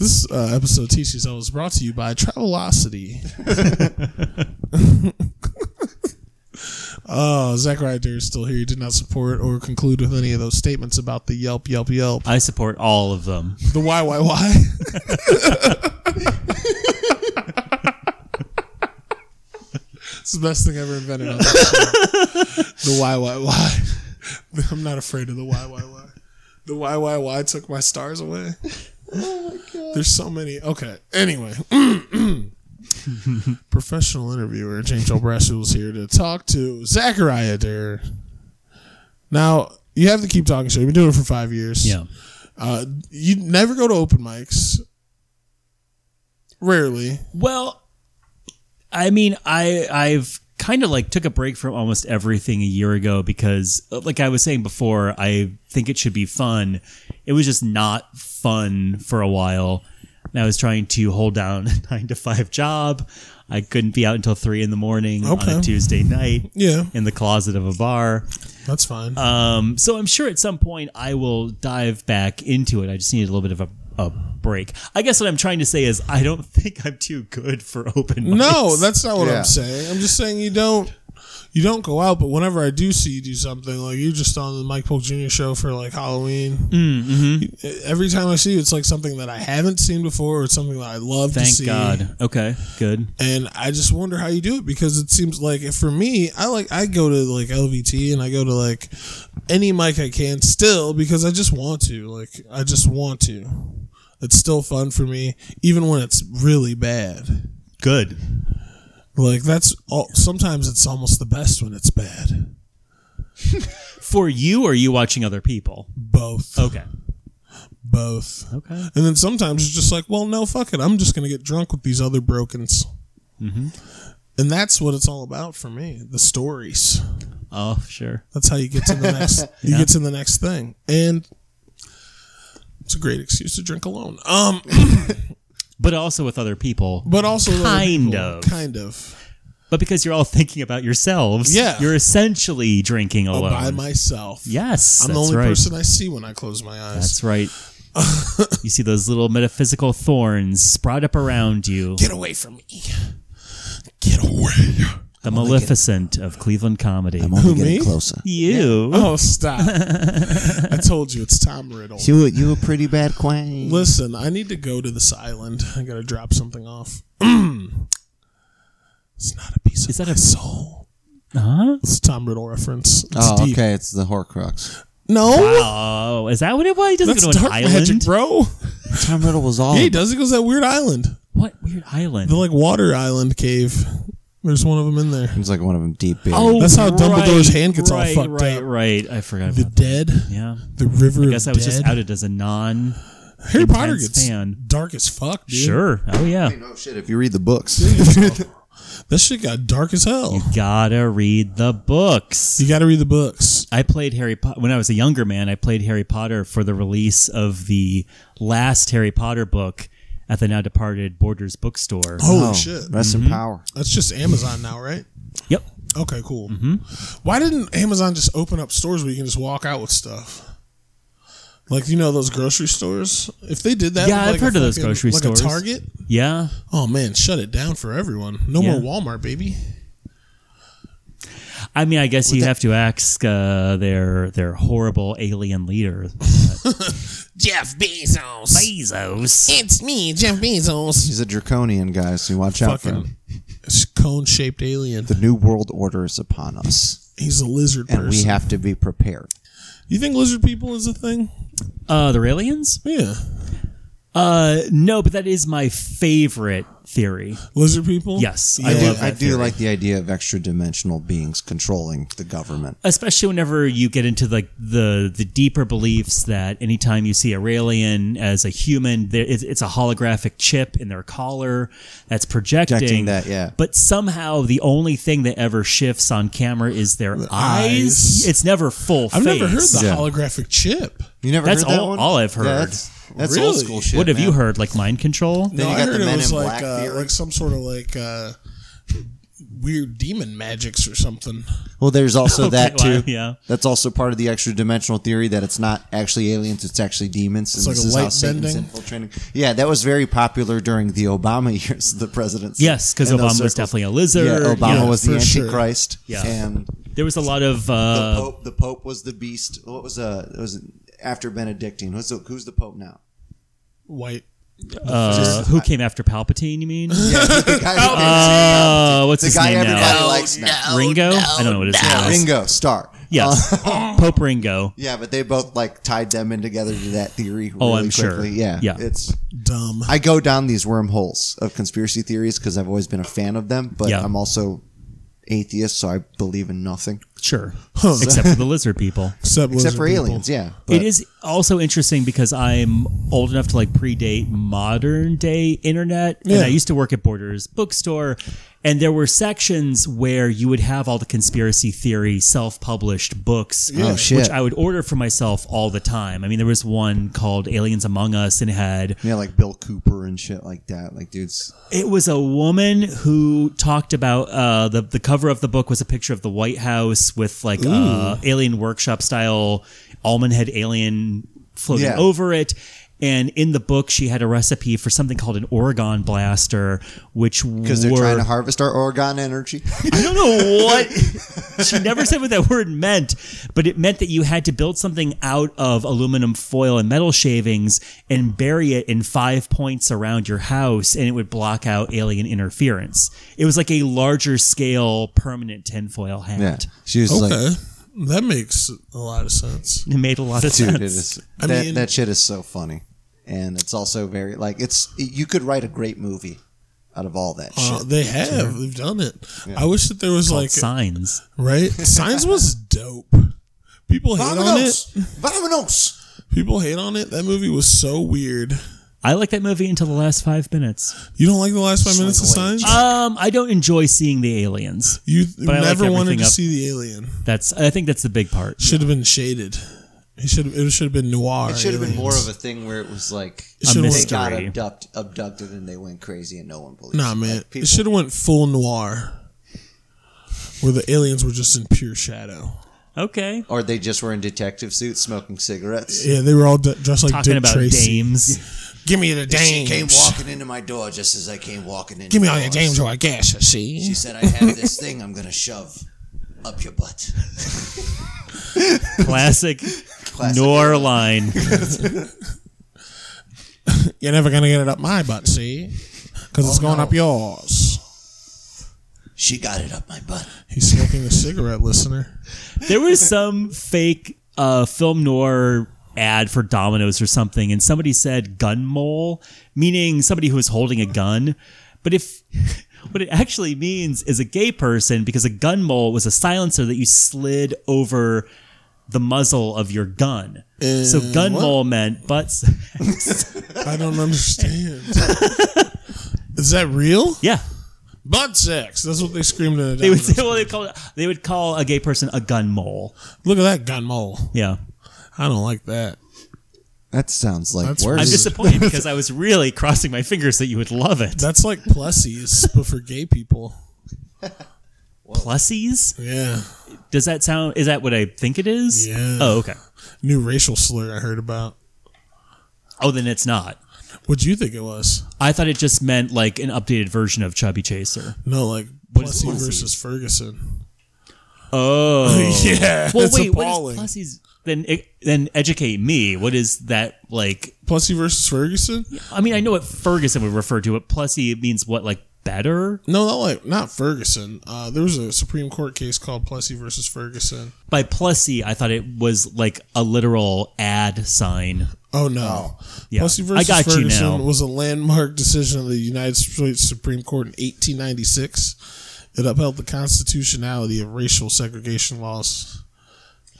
A: This uh, episode of TC's was brought to you (laughs) by Travelocity. Oh, Zach Ryder is still here. He did not support or conclude with any of those statements about the Yelp, Yelp, Yelp,
C: I support all of them.
A: the why, why, why. it's the best thing ever invented on this show. The why, why, why. I'm not afraid of the why, why, why. The why, why, why took my stars away. There's so many. Okay. Anyway. (clears throat) Professional interviewer James O'Brassil is here to talk to Zachariah Durr. Now, you have the Keep Talking show. You've been doing it for five years.
C: Yeah.
A: Uh, you never go to open mics. Rarely.
C: Well, I mean, I I've kind of like took a break from almost everything a year ago because uh, like I was saying before, I think it should be fun. It was just not fun for a while. And I was trying to hold down a (laughs) 9 to 5 job. I couldn't be out until 3 in the morning on
A: Okay.
C: a Tuesday night
A: Yeah,
C: in the closet of a bar.
A: that's fine.
C: Um, so I'm sure at some point I will dive back into it. I just need a little bit of a, a break. I guess what I'm trying to say is I don't (laughs) think I'm too good for open. Mics.
A: no, that's not what
B: Yeah.
A: I'm saying. I'm just saying you don't you don't go out, but whenever I do see you do something, like you're just on the Mike Polk Jr. show for like Halloween.
C: Mm,
A: Mm-hmm. Every time I see you, it's like something that I haven't seen before or something that I love to
C: Thank
A: see.
C: God. Okay, good.
A: and I just wonder how you do it because it seems like for me, I like I go to like LVT and I go to like any mic I can still because I just want to. Like I just want to. It's still fun for me, even when it's really bad.
C: Good.
A: Like that's all. Sometimes it's almost the best when it's bad.
C: For you, or are you watching other people?
A: Both,
C: Okay.
A: both.
C: Okay.
A: And then sometimes it's just like, well, no, fuck it. I'm just gonna get drunk with these other brokens. And that's what it's all about for me. The stories.
C: Oh, sure.
A: That's how you get to the next.
C: (laughs)
A: You get to the next thing, and it's a great excuse to drink alone.
C: (laughs)
A: Um,
C: But also with other people.
A: but also with other
C: Kind
A: people,
C: of.
A: kind of
C: But because you're all thinking about yourselves,
A: Yeah. Oh,
C: you're essentially drinking alone.
A: by myself.
C: yes,
A: I'm the
C: that's
A: only
C: right.
A: person I see when I close my eyes.
C: That's right.
A: (laughs)
C: you see those little metaphysical thorns sprout up around you.
A: get away from me. Get away.
C: The Maleficent of Cleveland comedy.
B: I'm only
A: Who,
B: getting
A: me?
B: closer.
C: you.
A: Oh,
C: (laughs)
A: stop! I told you it's Tom Riddle.
B: You, you a pretty bad queen.
A: Listen, I need to go to this island. I gotta drop something off. (clears throat) it's not a piece of
C: Is that
A: my
C: a-
A: soul.
C: Huh?
A: It's a Tom Riddle reference. It's
B: Oh,
A: deep.
B: okay. It's the Horcrux.
A: No.
C: Oh, is that what it was? He doesn't
A: That's
C: go to an
A: dark
C: island. Oh.
A: magic, bro.
B: Tom Riddle was all.
A: Yeah, he does. He goes to that weird island,
C: What weird island?
A: the like water island cave. There's one of them in there.
B: He's like one of them deep beard.
C: oh,
A: That's how
C: right,
A: Dumbledore's hand gets all
C: right,
A: fucked
C: right,
A: up.
C: Right, I forgot about
A: The
C: that.
A: dead,
C: Yeah.
A: the river.
C: I guess I
A: of
C: was
A: dead.
C: just outed as a non.
A: Harry Potter
C: intense
A: gets
C: fan.
A: dark as fuck, dude.
C: Sure. Oh, yeah.
B: no shit! If you read the books,
A: That shit got dark as hell.
C: Gotta read the books.
A: You got to read the books.
C: I played Harry Potter when I was a younger man. I played Harry Potter for the release of the last Harry Potter book at the now departed Borders bookstore.
A: Holy
B: Oh,
A: shit!
B: Rest
C: Mm-hmm.
B: in power.
A: That's just Amazon now, right?
C: Yep.
A: Okay, cool.
C: Mm-hmm.
A: Why didn't Amazon just open up stores where you can just walk out with stuff? Like you know those grocery stores. If they did that,
C: Yeah,
A: with,
C: I've
A: like, a
C: heard of those
A: fucking-
C: grocery
A: like
C: stores.
A: a Target.
C: Yeah.
A: Oh man, shut it down for everyone. No
C: Yeah.
A: more Walmart, baby.
C: I mean, I guess you have to ask uh, their their horrible
A: (laughs)
C: alien leader,
A: Jeff Bezos.
C: Bezos.
A: It's me, Jeff Bezos.
B: He's a draconian guy, so watch out for
A: Fucking
B: him.
A: cone shaped alien.
B: The new world order is upon us,
A: He's a lizard
B: and
A: person.
B: we have to be prepared.
A: you think lizard people is a thing?
C: Uh, the aliens?
A: Yeah.
C: Uh, no, but that is my favorite theory.
A: Lizard people?
C: Yes,
A: Yeah.
C: I
B: do,
C: love
B: I
C: that
B: do
C: theory.
B: like the idea of extra dimensional beings controlling the government.
C: Especially whenever you get into like the, the deeper beliefs that anytime you see a alien as a human, there, it's, it's a holographic chip in their collar that's projecting.
B: Projecting that, yeah.
C: But somehow the only thing that ever shifts on camera is their eyes.
A: eyes.
C: It's never full
A: I've
C: face.
A: never heard the
B: Yeah.
A: holographic chip.
B: You never
C: That's
B: heard that
C: all-
B: one?
C: all I've heard.
B: Yeah, that's that's old
A: Really?
B: school shit.
C: what have you
B: man.
C: heard? Like mind control?
B: Then
A: no,
B: you
A: I
B: got
A: heard
B: the
A: it
B: Men
A: was uh,
B: in
A: like
B: Black
A: uh,
B: theory.
A: like some sort of like uh weird demon magics or something.
B: Well, there's also
C: (laughs) Okay,
B: that too.
C: wow, yeah.
B: That's also part of the extra dimensional theory that it's not actually aliens, it's actually demons. and
A: like
B: this
A: a
B: is how
A: light
B: Satan's
A: bending.
B: infiltrating. Yeah, that was very popular during the Obama (laughs) years of the presidency.
C: Yes, because
B: And those
C: Obama was
B: circles.
C: definitely a lizard.
B: Yeah, Obama
C: you know.
B: was the
A: for sure.
B: Antichrist.
C: Yeah.
B: And
C: There was a lot of
B: the
C: uh,
B: Pope the Pope was the beast. What was uh it was after Benedictine? Who's the, who's the Pope now?
A: White.
C: uh,
B: just-
C: who came after Palpatine. You mean?
B: Yeah, he's the guy who
C: Uh, what's
B: the
C: his
B: guy
C: name
B: everybody
C: now?
B: likes now.
C: Ringo. I don't know what his name is.
B: Ringo Starr. Uh,
C: Yes, (laughs) Pope Ringo.
B: Yeah, but they both like tied them in together to that theory. Really
C: Oh, I'm sure.
B: quickly. Yeah,
C: Yeah.
B: It's
A: Dumb.
B: I go down these wormholes of conspiracy theories because I've always been a fan of them, but
C: Yeah.
B: I'm also atheist, so I believe in nothing (laughs)
C: Sure, except for the lizard people.
A: Except,
B: except
A: lizard
B: for
A: people.
B: aliens. Yeah,
C: It is also interesting because I'm old enough to like predate modern day internet.
A: Yeah.
C: And I used to work at Borders bookstore and there were sections where you would have all the conspiracy theory self-published books
B: Oh,
C: which
B: shit.
C: I would order for myself all the time. I mean there was one called Aliens Among Us and it had
B: yeah, like Bill Cooper and shit like that. Like dudes,
C: it was a woman who talked about uh, the the cover of the book was a picture of the White House with like uh, alien workshop style almond head alien floating
B: Yeah.
C: over it. And in the book, she had a recipe for something called an Oregon blaster, which
B: because they're
C: were,
B: trying to harvest our Oregon energy.
C: I don't know what she never said what that word meant, but it meant that you had to build something out of aluminum foil and metal shavings and bury it in five points around your house, and it would block out alien interference. It was like a larger scale permanent tinfoil
B: (laughs)
C: hat.
B: yeah, she was
A: Okay.
B: like,
A: that makes a lot of sense.
C: It made a lot of
B: dude, it
C: sense.
B: is that
A: mean-
B: that shit is so funny, and it's also very like it's you could write a great movie out of all that
A: Uh,
B: shit.
A: they have. They've done it. I wish that there was like
C: signs.
B: (laughs)
A: right. Signs was dope. People hate on it.
B: Vamanos.
A: People hate on it. That movie was so weird.
C: I like that movie until the last five minutes.
A: You don't like the last five minutes of
B: away.
A: Signs?
C: Um, I don't enjoy seeing the aliens.
A: you
C: I like
A: never wanted
C: everything
A: to
C: up-
A: see the alien.
C: That's I think that's the big part.
A: Should have been shaded. It should have. It should have been noir.
B: It should have been
A: aliens.
B: more of a thing where it was like
A: It should
C: A
A: have
B: they
A: went,
C: mystery.
B: got abduct, abducted and they went crazy and no one believes.
A: nah,
B: them.
A: man.
B: Like,
A: it should have went full noir, where the aliens were just in pure shadow.
C: Okay.
B: or they just were in detective suits smoking cigarettes.
A: Yeah, they were all d- dressed like
C: Talking
A: Dick
C: about
A: Tracy. (laughs)
C: dames.
A: Give me the
B: She
A: dames.
B: came walking into my door just as I came walking in.
A: Give me all your dames, or I guess. See.
B: She said, "I have this thing I'm gonna shove up your butt."
C: Classic, Nor line.
A: You're never gonna get it up my butt, see? Because
B: Oh,
A: it's going up yours.
B: She got it up my butt.
A: He's smoking a cigarette, listener.
C: there was some fake uh, film noir ad for Domino's or something, and somebody said gun mole, meaning somebody who is holding a gun. But if (laughs) what it actually means is a gay person, because a gun mole was a silencer that you slid over the muzzle of your gun. so gun mole meant butts. (laughs)
A: I don't understand. (laughs) Is that real?
C: yeah.
A: Butt sex. That's what they screamed at.
C: They would say, well, they call they would call a gay person a gun mole.
A: Look at that gun mole.
C: Yeah,
A: I don't like that.
B: That sounds like
A: That's-
B: worse.
A: I'm
C: I'm
A: (laughs)
C: disappointed because I was really crossing my fingers that you would love it.
A: That's like plessies, but for gay people.
C: Plussies.
A: Yeah.
C: Does that sound? Is that what I think it is?
A: Yeah.
C: Oh, okay.
A: New racial slur I heard about.
C: Oh, then it's not.
A: What'd you think it was?
C: I thought it just meant like an updated version of Chubby Chaser.
A: No, like
C: What is
A: Plessy
C: plessis?
A: versus Ferguson. (laughs)
C: Oh,
A: yeah.
C: Well,
A: it's
C: wait.
A: appalling.
C: What is plussies? Then, then educate me. What is that like?
A: Plessy versus Ferguson?
C: I mean, I know what Ferguson would refer to it. Plussy means what? Like better
A: No, not like not Ferguson. Uh, there was a Supreme Court case called Plessy versus Ferguson.
C: by plussy. I thought it was like a literal ad sign.
A: Oh no,
C: Yeah.
A: Plessy
C: I
A: versus
C: got you
A: Ferguson
C: now.
A: was a landmark decision of the United States Supreme Court in 1896. It upheld the constitutionality of racial segregation laws.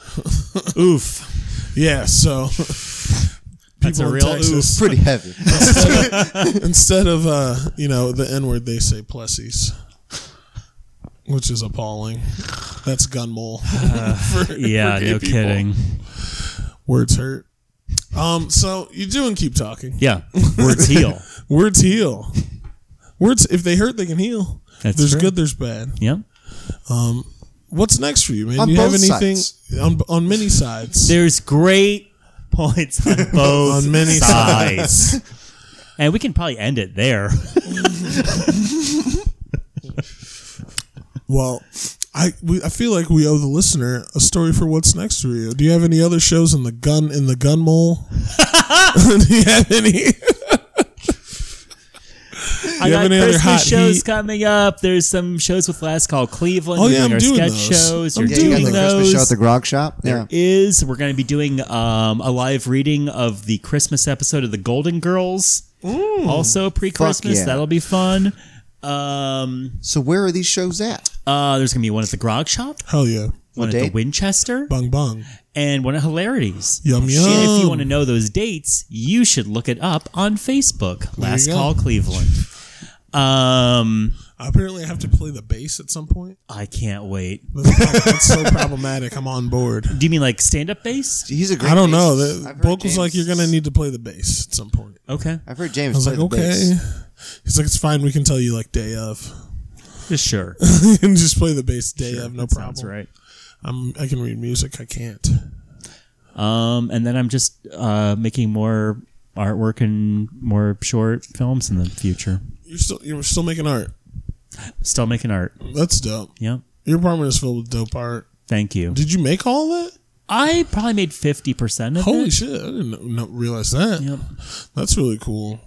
A: (laughs)
C: Oof.
A: Yeah,
C: (laughs)
A: so
C: That's a
A: people in
C: real
A: Texas,
B: pretty
A: (laughs)
B: heavy.
A: instead of uh, you know the N word, they say plessis, which is appalling. That's gun mole. (laughs) For-
C: oof. Uh, Yeah.
D: gay
C: No
D: people. (laughs)
C: kidding.
A: Words hurt. Um, so you do and keep talking.
C: Yeah. Words heal.
A: Words heal. Words, if they hurt, they can heal.
C: That's
A: There's
C: true.
A: good, there's bad.
C: Yeah.
A: What's next for you, man?
B: On
A: you have
B: both
A: anything
B: sides.
A: on on many sides?
C: There's great points on
A: (laughs)
C: both
A: On many
C: sides. and we can probably end it there.
A: Well, I we, I feel like we owe the listener a story for what's next for you. Do you have any other shows in the gun in the gun mole?
C: (laughs)
A: Do you have any?
C: I
A: You
C: got
A: have any other
C: Christmas
A: hot
C: shows
A: heat?
C: coming up. There's some shows with Last Call Cleveland.
A: Oh,
C: We're
A: yeah,
C: doing
A: I'm
C: our
A: doing
C: sketch
A: those.
C: shows.
A: I'm
C: You're
A: Yeah,
B: You
C: doing
B: got the
C: those.
B: Christmas show at the Grog Shop. Yeah.
C: is we're going to be doing um, a live reading of the Christmas episode of the Golden Girls. Also pre Christmas,
B: yeah.
C: that'll be fun. Um,
B: So where are these shows at?
C: uh, there's going to be one at the Grog Shop,
A: Hell yeah,
C: one at the
B: date?
C: Winchester,
A: bong bong,
C: and one at Hilarities.
A: yum yum.
C: And if you want to know those dates, you should look it up on Facebook. Last
A: go.
C: Call Cleveland. Um,
A: I apparently have to play the bass at some point.
C: I can't wait.
A: That's, prob- that's so problematic. I'm on board.
C: Do you mean like stand up bass?
B: He's a great.
A: I don't know.
B: bassist.
A: That
B: I've heard
A: Bulk was
B: James-
A: like, "You're gonna need to play the bass at some point."
C: Okay,
B: I've heard
A: I
B: James
A: was
B: play
A: like,
B: the bass.
A: "Okay." He's like, "It's fine. We can tell you like day of, (laughs)
C: sure.
A: and just play the bass day of. No problem."
C: Sounds right.
A: I'm. I can read music. I can't.
C: Um, and then I'm just uh, making more artwork and more short films in the future.
A: You're still. You're still making art.
C: Still making art.
A: That's dope.
C: Yeah.
A: Your apartment is filled with dope art.
C: Thank you.
A: Did you make all that?
C: I probably made fifty percent of
A: Holy
C: it.
A: shit! I didn't kn- not realize that.
C: Yep.
A: That's really cool.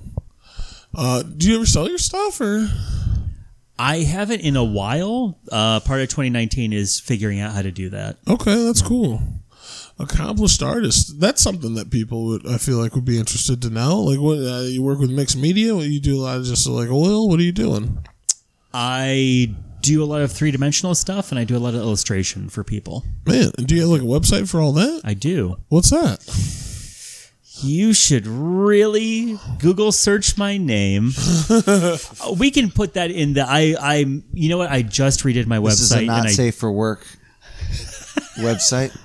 A: Uh, do you ever sell your stuff or?
C: I haven't in a while. Uh, part of 2019 is figuring out how to do that.
A: Okay, that's cool. Accomplished artist. That's something that people would I feel like would be interested to know. Like, what uh, you work with mixed media? What you do a lot of just like oil? What are you doing?
C: I do a lot of three dimensional stuff, and I do a lot of illustration for people.
A: Man, and do you have like a website for all that?
C: I do.
A: What's that?
C: You should really Google search
B: (laughs)
C: my name. Uh, we can put that in the. I. I. You know what? I just redid my website.
B: This is a
C: and
B: not
C: I
B: safe
A: (laughs)
B: for work website.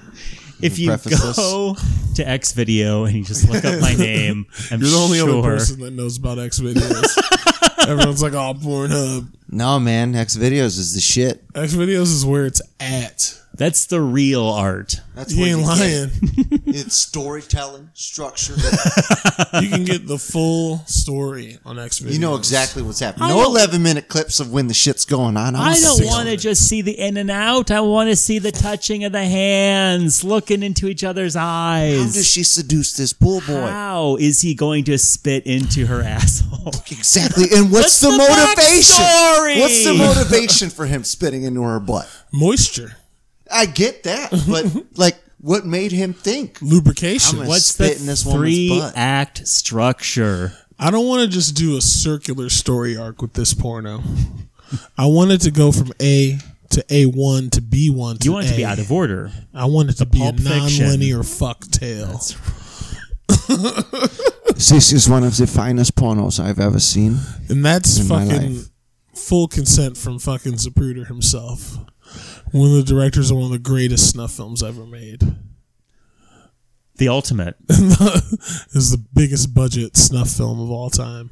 C: if you
B: preface this?
C: go to X video and you just look
B: (laughs)
C: up my name, I'm
A: You're the only
C: sure.
A: other person that knows about X videos. (laughs) Everyone's like, "Oh, Pornhub."
B: No, man. X videos is the shit.
A: X videos is where it's at.
C: That's the real art.
B: That's
A: You
B: where
A: ain't
B: get
A: lying.
B: it. It's storytelling,
A: (laughs)
B: structure.
A: you can get the full story on X videos.
B: You know exactly what's happening.
C: I
B: No
C: don't-
B: 11 minute clips of when the shit's going on.
C: I don't
B: sick
C: want to
B: of it.
C: just see the in and out. I want to see the touching of the hands, looking into each other's
B: How
C: eyes.
B: does she seduce this pool boy?
C: How is he going to spit into her (laughs) asshole?
B: Exactly. And what's,
C: What's
B: the,
C: the
B: motivation?
C: backstory?
B: What's the motivation for him spitting into her butt?
A: moisture,
B: I get that, but like, what made him think?
A: lubrication.
B: I'm a-
C: What's
B: Spit
C: the
B: in this woman's
C: three
B: butt.
C: act structure?
A: I don't want to just do a circular story arc with this porno. I want it to go from A to A1 to B1 to
C: You want it to be
A: A.
C: out of order.
A: I want it to be a
C: Pulp Fiction.
A: non-linear fuck tale.
B: This is one of the finest pornos I've ever seen.
A: and that's
B: in my
A: fucking
B: life.
A: full consent from fucking Zapruder himself. One of the directors of one of the greatest snuff films ever made. (laughs)
C: The ultimate.
A: Is the biggest budget snuff film of all time.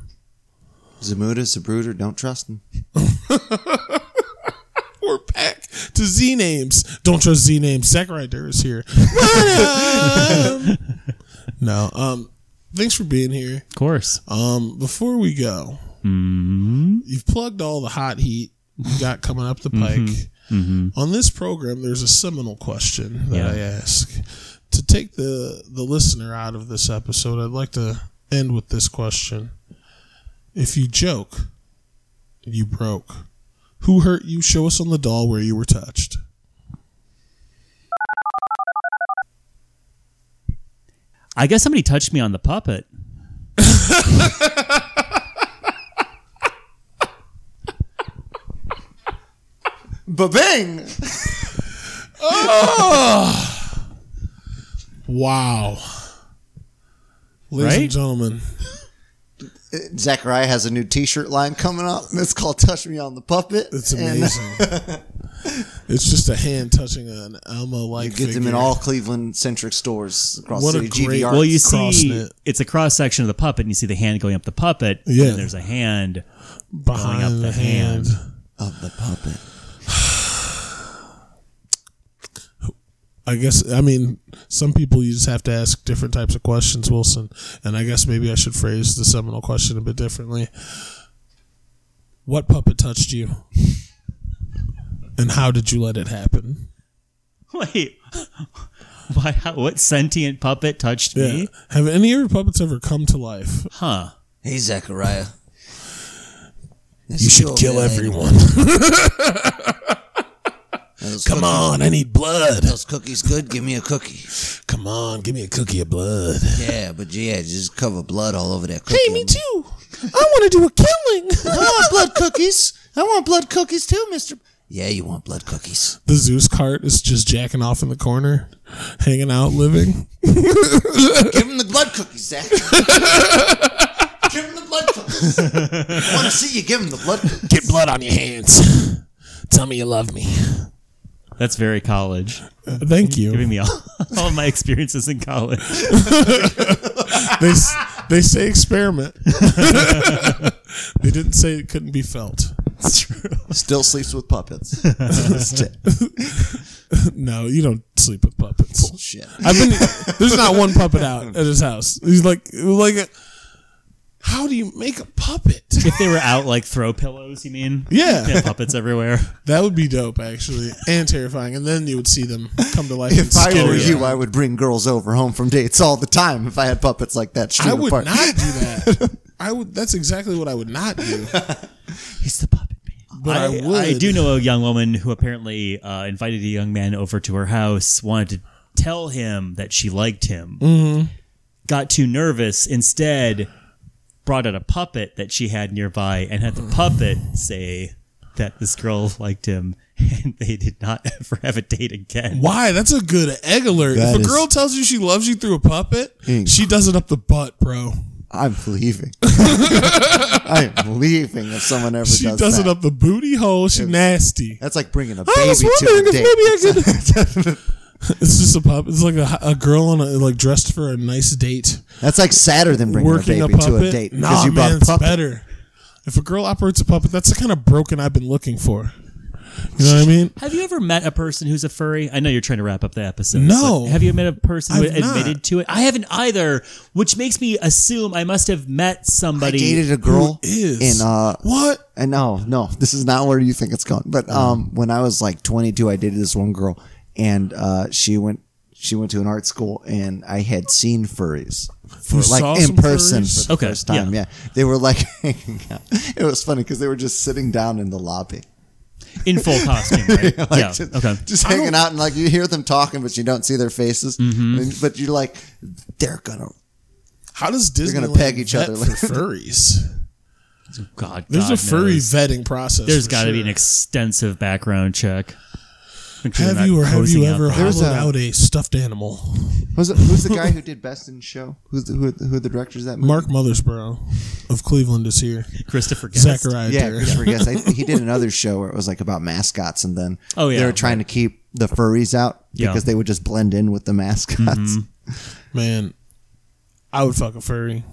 B: Zamuda's a brooder. Don't trust him.
A: We're back to Z names. Don't trust Z names. Zack Ryder is here.
B: (laughs)
A: no. Um. Thanks for being here.
C: Of course.
A: Um. Before we go,
C: Mm-hmm.
A: you've plugged all the hot heat you got coming up the pike. On this program, there's a seminal question that
C: Mm-hmm. Yeah.
A: I ask to take the the listener out of this episode. I'd like to end with this question: If you joke, you broke. Who hurt you? Show us on the doll where you were touched.
C: I guess somebody touched me on the puppet.
B: Ba bang!
A: Wow. Ladies
C: Right?
A: and gentlemen,
B: Uh, Zachariah has a new t shirt line coming up, and it's called Touch Me on the Puppet.
A: it's
B: And
A: amazing. (laughs) it's just a hand touching an Elmo
B: You
A: like
B: get them in all Cleveland centric stores across
A: What
B: the
A: a
B: city.
A: great-
B: GVR.
C: Well, you
A: cross
C: see,
A: knit.
C: it's a cross section of the puppet, and you see the hand (laughs) going up the puppet.
A: Yeah.
C: And there's a hand.
A: behind
C: up
A: the
C: the
A: hand.
C: hand.
B: of the (laughs) puppet.
A: I guess I mean some people you just have to ask different types of questions, Wilson. And I guess maybe I should phrase the seminal question a bit differently. What puppet touched you? And how did you let it happen?
C: Wait, (laughs) why? How, what sentient puppet touched me?
A: Have any of your puppets ever come to life?
C: Huh?
E: Hey, Zechariah.
A: You should kill everyone. Come on, I need blood.
E: Those cookies good? Give me a cookie.
A: Come on, give me a cookie of blood.
E: Yeah, but yeah, just cover blood all over that cookie.
B: too. I want to do a killing. (laughs) I want blood cookies. I want blood cookies too, Mister.
E: Yeah, you want blood cookies.
A: The Zeus cart is just jacking off in the corner, hanging out, living.
B: Give him the blood cookies,
A: (laughs)
B: Zach.
E: Give him the blood cookies.
B: I want to see you give him the blood. cookies.
A: Get blood on your hands. Tell me you love me.
C: That's very college.
A: Thank you.
C: Giving me all, (laughs) all my experiences in college.
A: they s- they say experiment. (laughs) they didn't say it couldn't be felt.
C: That's true.
B: (laughs) Still sleeps with puppets. That's it.
A: No, you don't sleep with puppets.
B: Shit.
A: I've been. There's not one puppet out at his house. He's like like. How do you make a puppet?
C: If they were out like throw pillows, you mean?
A: Yeah.
C: yeah puppets everywhere.
A: That would be dope, actually, and terrifying. And then you would see them come to life. and
B: If I
A: scare
B: were
A: you,
B: you, I would bring girls over home from dates all the time if I had puppets like that. strewn
A: I would
B: apart.
A: not do
B: (laughs)
A: that. I would. That's exactly what I would not do.
C: He's the puppet man.
A: But I would.
C: do know a young woman who apparently uh, invited a young man over to her house, wanted to tell him that she liked him,
A: Mm-hmm.
C: got too nervous, instead brought out a puppet that she had nearby and had the puppet say that this girl liked him, (laughs) and they did not (laughs) ever have a date again.
A: Why? That's a good egg alert.
B: That
A: if a
B: is-
A: girl tells you she loves you through a puppet,
B: Inc.
A: she does it up the butt, bro.
B: I'm
A: (laughs)
B: leaving. I'm leaving if someone ever
A: She
B: does,
A: does
B: that.
A: it up the booty hole. She nasty.
B: That's like bringing a
A: I
B: baby
A: was
B: to
A: wondering
B: a
A: if
B: date.
A: maybe I could.
B: (laughs)
A: (laughs) it's just a pup. It's like a, a girl on a like dressed for a nice date,
B: That's like sadder than bringing a
A: working a,
B: baby
A: puppet.
B: to a date
A: nah,
B: you
A: man,
B: brought a
A: it's
B: puppet.
A: better. If a girl operates a puppet, that's the kind of broken I've been looking for. You know what I mean?
C: Have you ever met a person who's a furry? I know you're trying to wrap up the episode.
A: No.
C: but Have you met a person who
A: I've not.
C: admitted to it? I haven't either, which makes me assume I must have met
B: I
C: somebody.
B: dated a girl
A: Is
B: in uh
A: what?
B: and no no this is not where you think it's going but
A: Uh-huh.
B: um when i was like 22 i dated this one girl and uh she went she went to an art school and i had seen furries for,
A: You saw
B: like in
A: some
B: person
A: furries?
B: for the
C: Okay,
B: first time
C: yeah.
B: yeah. they were like (laughs) hanging out. it was funny because they were just sitting down in the lobby (laughs)
C: in full costume. Right? yeah.
B: just,
C: Okay.
B: just hanging out and like you hear them talking but you don't see their faces
A: Mm-hmm.
B: And- but you're like they're gonna
A: How does Disney?
B: gonna peg each other
A: for
B: like-
A: furries.
B: (laughs)
C: Oh, God.
A: There's
C: God
A: a furry
C: knows.
A: vetting process.
C: There's
A: for
C: got to be
A: sure.
C: an extensive background check. Make sure
A: Have
C: they're
A: you
C: not
A: or have
C: posing
A: you
C: out
A: ever
C: there.
A: hollowed
B: There's a-
A: out a stuffed animal?
B: who's, the- who's the guy who did best in show who's the, who, who the directors of that movie?
A: Mark Mothersborough of Cleveland is here.
C: Christopher Guest.
A: Zachariah
B: Yeah,
A: Terry.
B: Christopher
C: (laughs)
B: Guest. I, he did another show where it was like about mascots, and then
C: Oh, yeah.
B: they were trying to keep the furries out
C: Yeah. Mm-hmm.
B: because they would just blend in with the mascots.
A: Man, I would fuck a furry,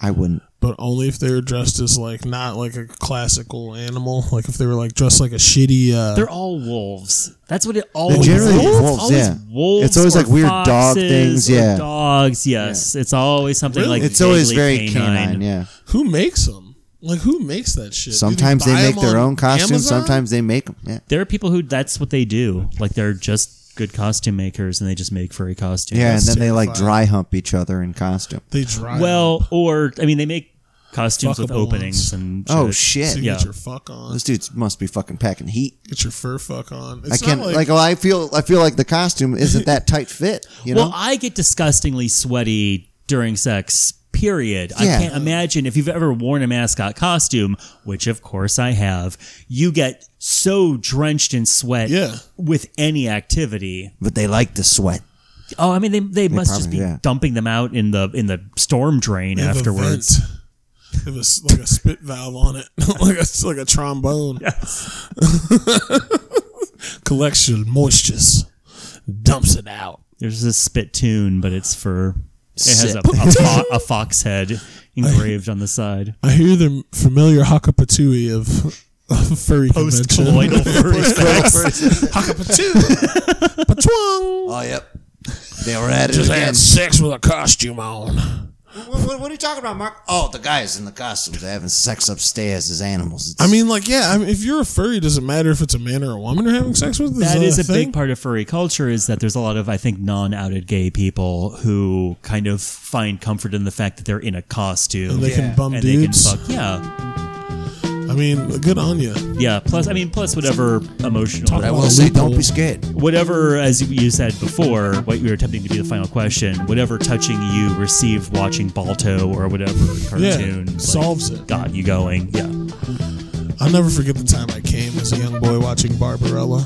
B: I wouldn't.
A: but only if they were dressed as like not like a classical animal. Like if they were like dressed like a shitty. Uh,
C: They're all wolves. That's what it always.
B: generally
C: Wolves?
B: wolves,
C: Always
B: yeah.
C: wolves
B: It's always
C: or
B: like weird dog
C: foxes
B: things,
C: or
B: yeah.
C: Dogs. Yes. It's always something
A: Really?
C: like.
B: It's always very
C: vaguely
B: canine. Yeah.
A: who makes them? Like who makes that shit? Do
B: Sometimes they
A: buy
B: make
A: them
B: their
A: on
B: own costumes.
A: Amazon?
B: Sometimes they make them. Yeah.
C: There are people who that's what they do. Like they're just good costume makers and they just make furry costumes.
B: Yeah, and then they like
A: terrifying.
B: dry hump each other in costume.
A: they dry. them
C: Well, or I mean, they make costumes with
A: Fuckable
C: openings
A: ones.
C: and.
B: Oh
A: so
B: shit!
A: you
C: yeah.
A: get your fuck on,
B: Those dudes must be fucking packing heat.
A: get your fur fuck on.
B: I
A: It's
B: can't
A: not
B: like, well, I feel I feel like the costume isn't that tight fit. You know,
C: Well, I get disgustingly sweaty during sex. Period. I
B: Yeah.
C: can't imagine if you've ever worn a mascot costume, which of course I have. You get so drenched in sweat
A: Yeah.
C: with any activity.
B: but they like to sweat.
C: Oh, I mean, they, they, must just be
B: probably- yeah.
C: dumping them out in the in the storm drain
A: They have a
C: afterwards.
A: vent. They have a s like a spit valve on it, (laughs) like a like a trombone. (laughs) Collects your moistures, dumps it out.
C: There's this spit tune, but it's for it has a, a, fo- a fox head engraved on the side.
A: I hear the familiar Hakapatui of furry
C: post
A: convention. (laughs)
C: colloidal furry facts.
E: Oh, yep. They were at it
F: Just
E: again.
F: had sex with a costume on.
E: What, what, what are you talking about, Mark? Oh, the guys in the costumes are having sex upstairs as animals. It's,
A: I mean, like, yeah. I mean, if you're a furry, it doesn't matter if it's a man or a woman you're having sex with.
C: That is a big
A: part.
C: part of furry culture is that there's a lot of I think non-outed gay people who kind of find comfort in the fact that they're in a costume
A: And they can bum
C: and
A: dudes.
C: they can fuck. Yeah,
A: I mean, good on you.
C: yeah. Plus, I mean, plus whatever emotional,
E: but I will say, don't be scared.
C: whatever as you- you said before, what you were attempting to be the final question, whatever touching you received watching Balto or whatever cartoon like,
A: solves it.
C: Got you going. Yeah.
A: I'll never forget the time I came as a young boy watching Barbarella.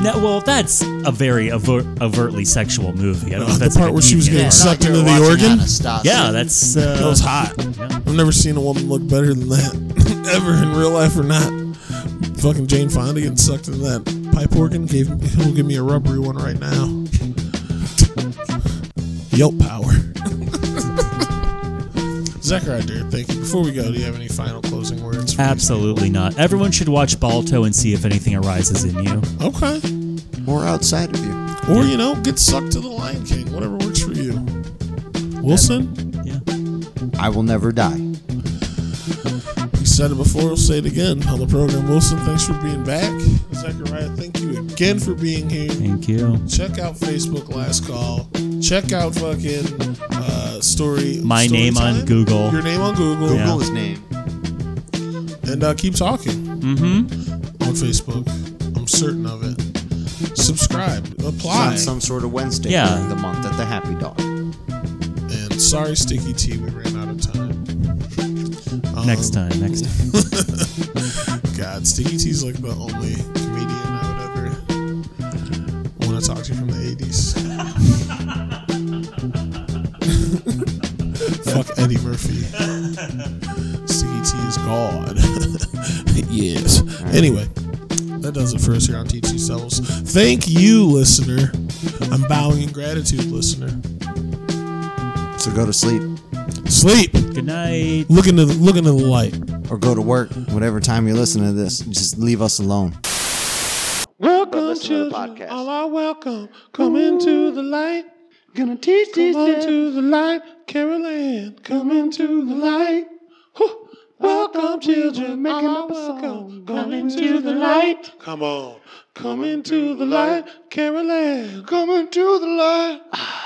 C: No, well, that's a very overt, overtly sexual movie. I don't know if
A: the
C: that's
A: part
C: like a
A: where she was
C: deep-
A: getting
C: yeah.
A: s- Sucked
E: Like
A: into
E: you're
A: the
E: watching
A: organ?
E: Anastasia.
C: Yeah, that's uh,
A: It was hot. I've never seen a woman look better than that, (laughs) ever in real life or not. Fucking Jane Fonda getting sucked into that pipe organ. Gave he'll give me a rubbery one right now. Yelp power. (laughs) Zachary, dear, thank you. Before we go, do you have any final closing words? for
C: Absolutely not. Everyone should watch Balto and see if anything arises in you.
A: these- Okay.
B: Or outside of you.
A: Or you know, get sucked to the Lion King. Whatever works for you. Wilson,
C: Yeah.
B: I will never die.
A: we said it before. We'll say it again on the program. Wilson, thanks for being back. Zachariah, thank you again for being here.
C: Thank you.
A: Check out Facebook Last Call. Check out fucking uh, story.
C: My
A: Story
C: name on
A: Time.
C: Google.
A: Your name on Google.
C: Yeah.
B: His name.
A: And uh, keep talking. Mm-hmm. On Facebook, I'm certain of it. Subscribe, apply,
B: On some sort of Wednesday
C: Yeah.
B: during the month at the Happy Dog.
A: and sorry, Sticky T, we ran out of time.
C: Next time. Next time.
A: God, Sticky T's like the only comedian I would ever want to talk to from the 80s. (laughs) Fuck Eddie Murphy. Sticky T is God. (laughs) yes. Anyway, that does it for us here on Teach These Devils. Thank you, listener. I'm bowing in gratitude, listener.
B: So go to sleep
A: Sleep.
C: Good night.
A: Look into the, look into the light.
B: or go to work, whatever time you're listening to this. Just leave us alone.
A: Welcome,
B: listen to the children, podcast. all
A: are welcome. Come into the light.
B: Gonna teach
A: Come into the light, Carol Ann. Come into the light. Whew. Welcome, children. Making up a song. Come into the light. Come on. Come into the light, Carol Ann. Come into the light.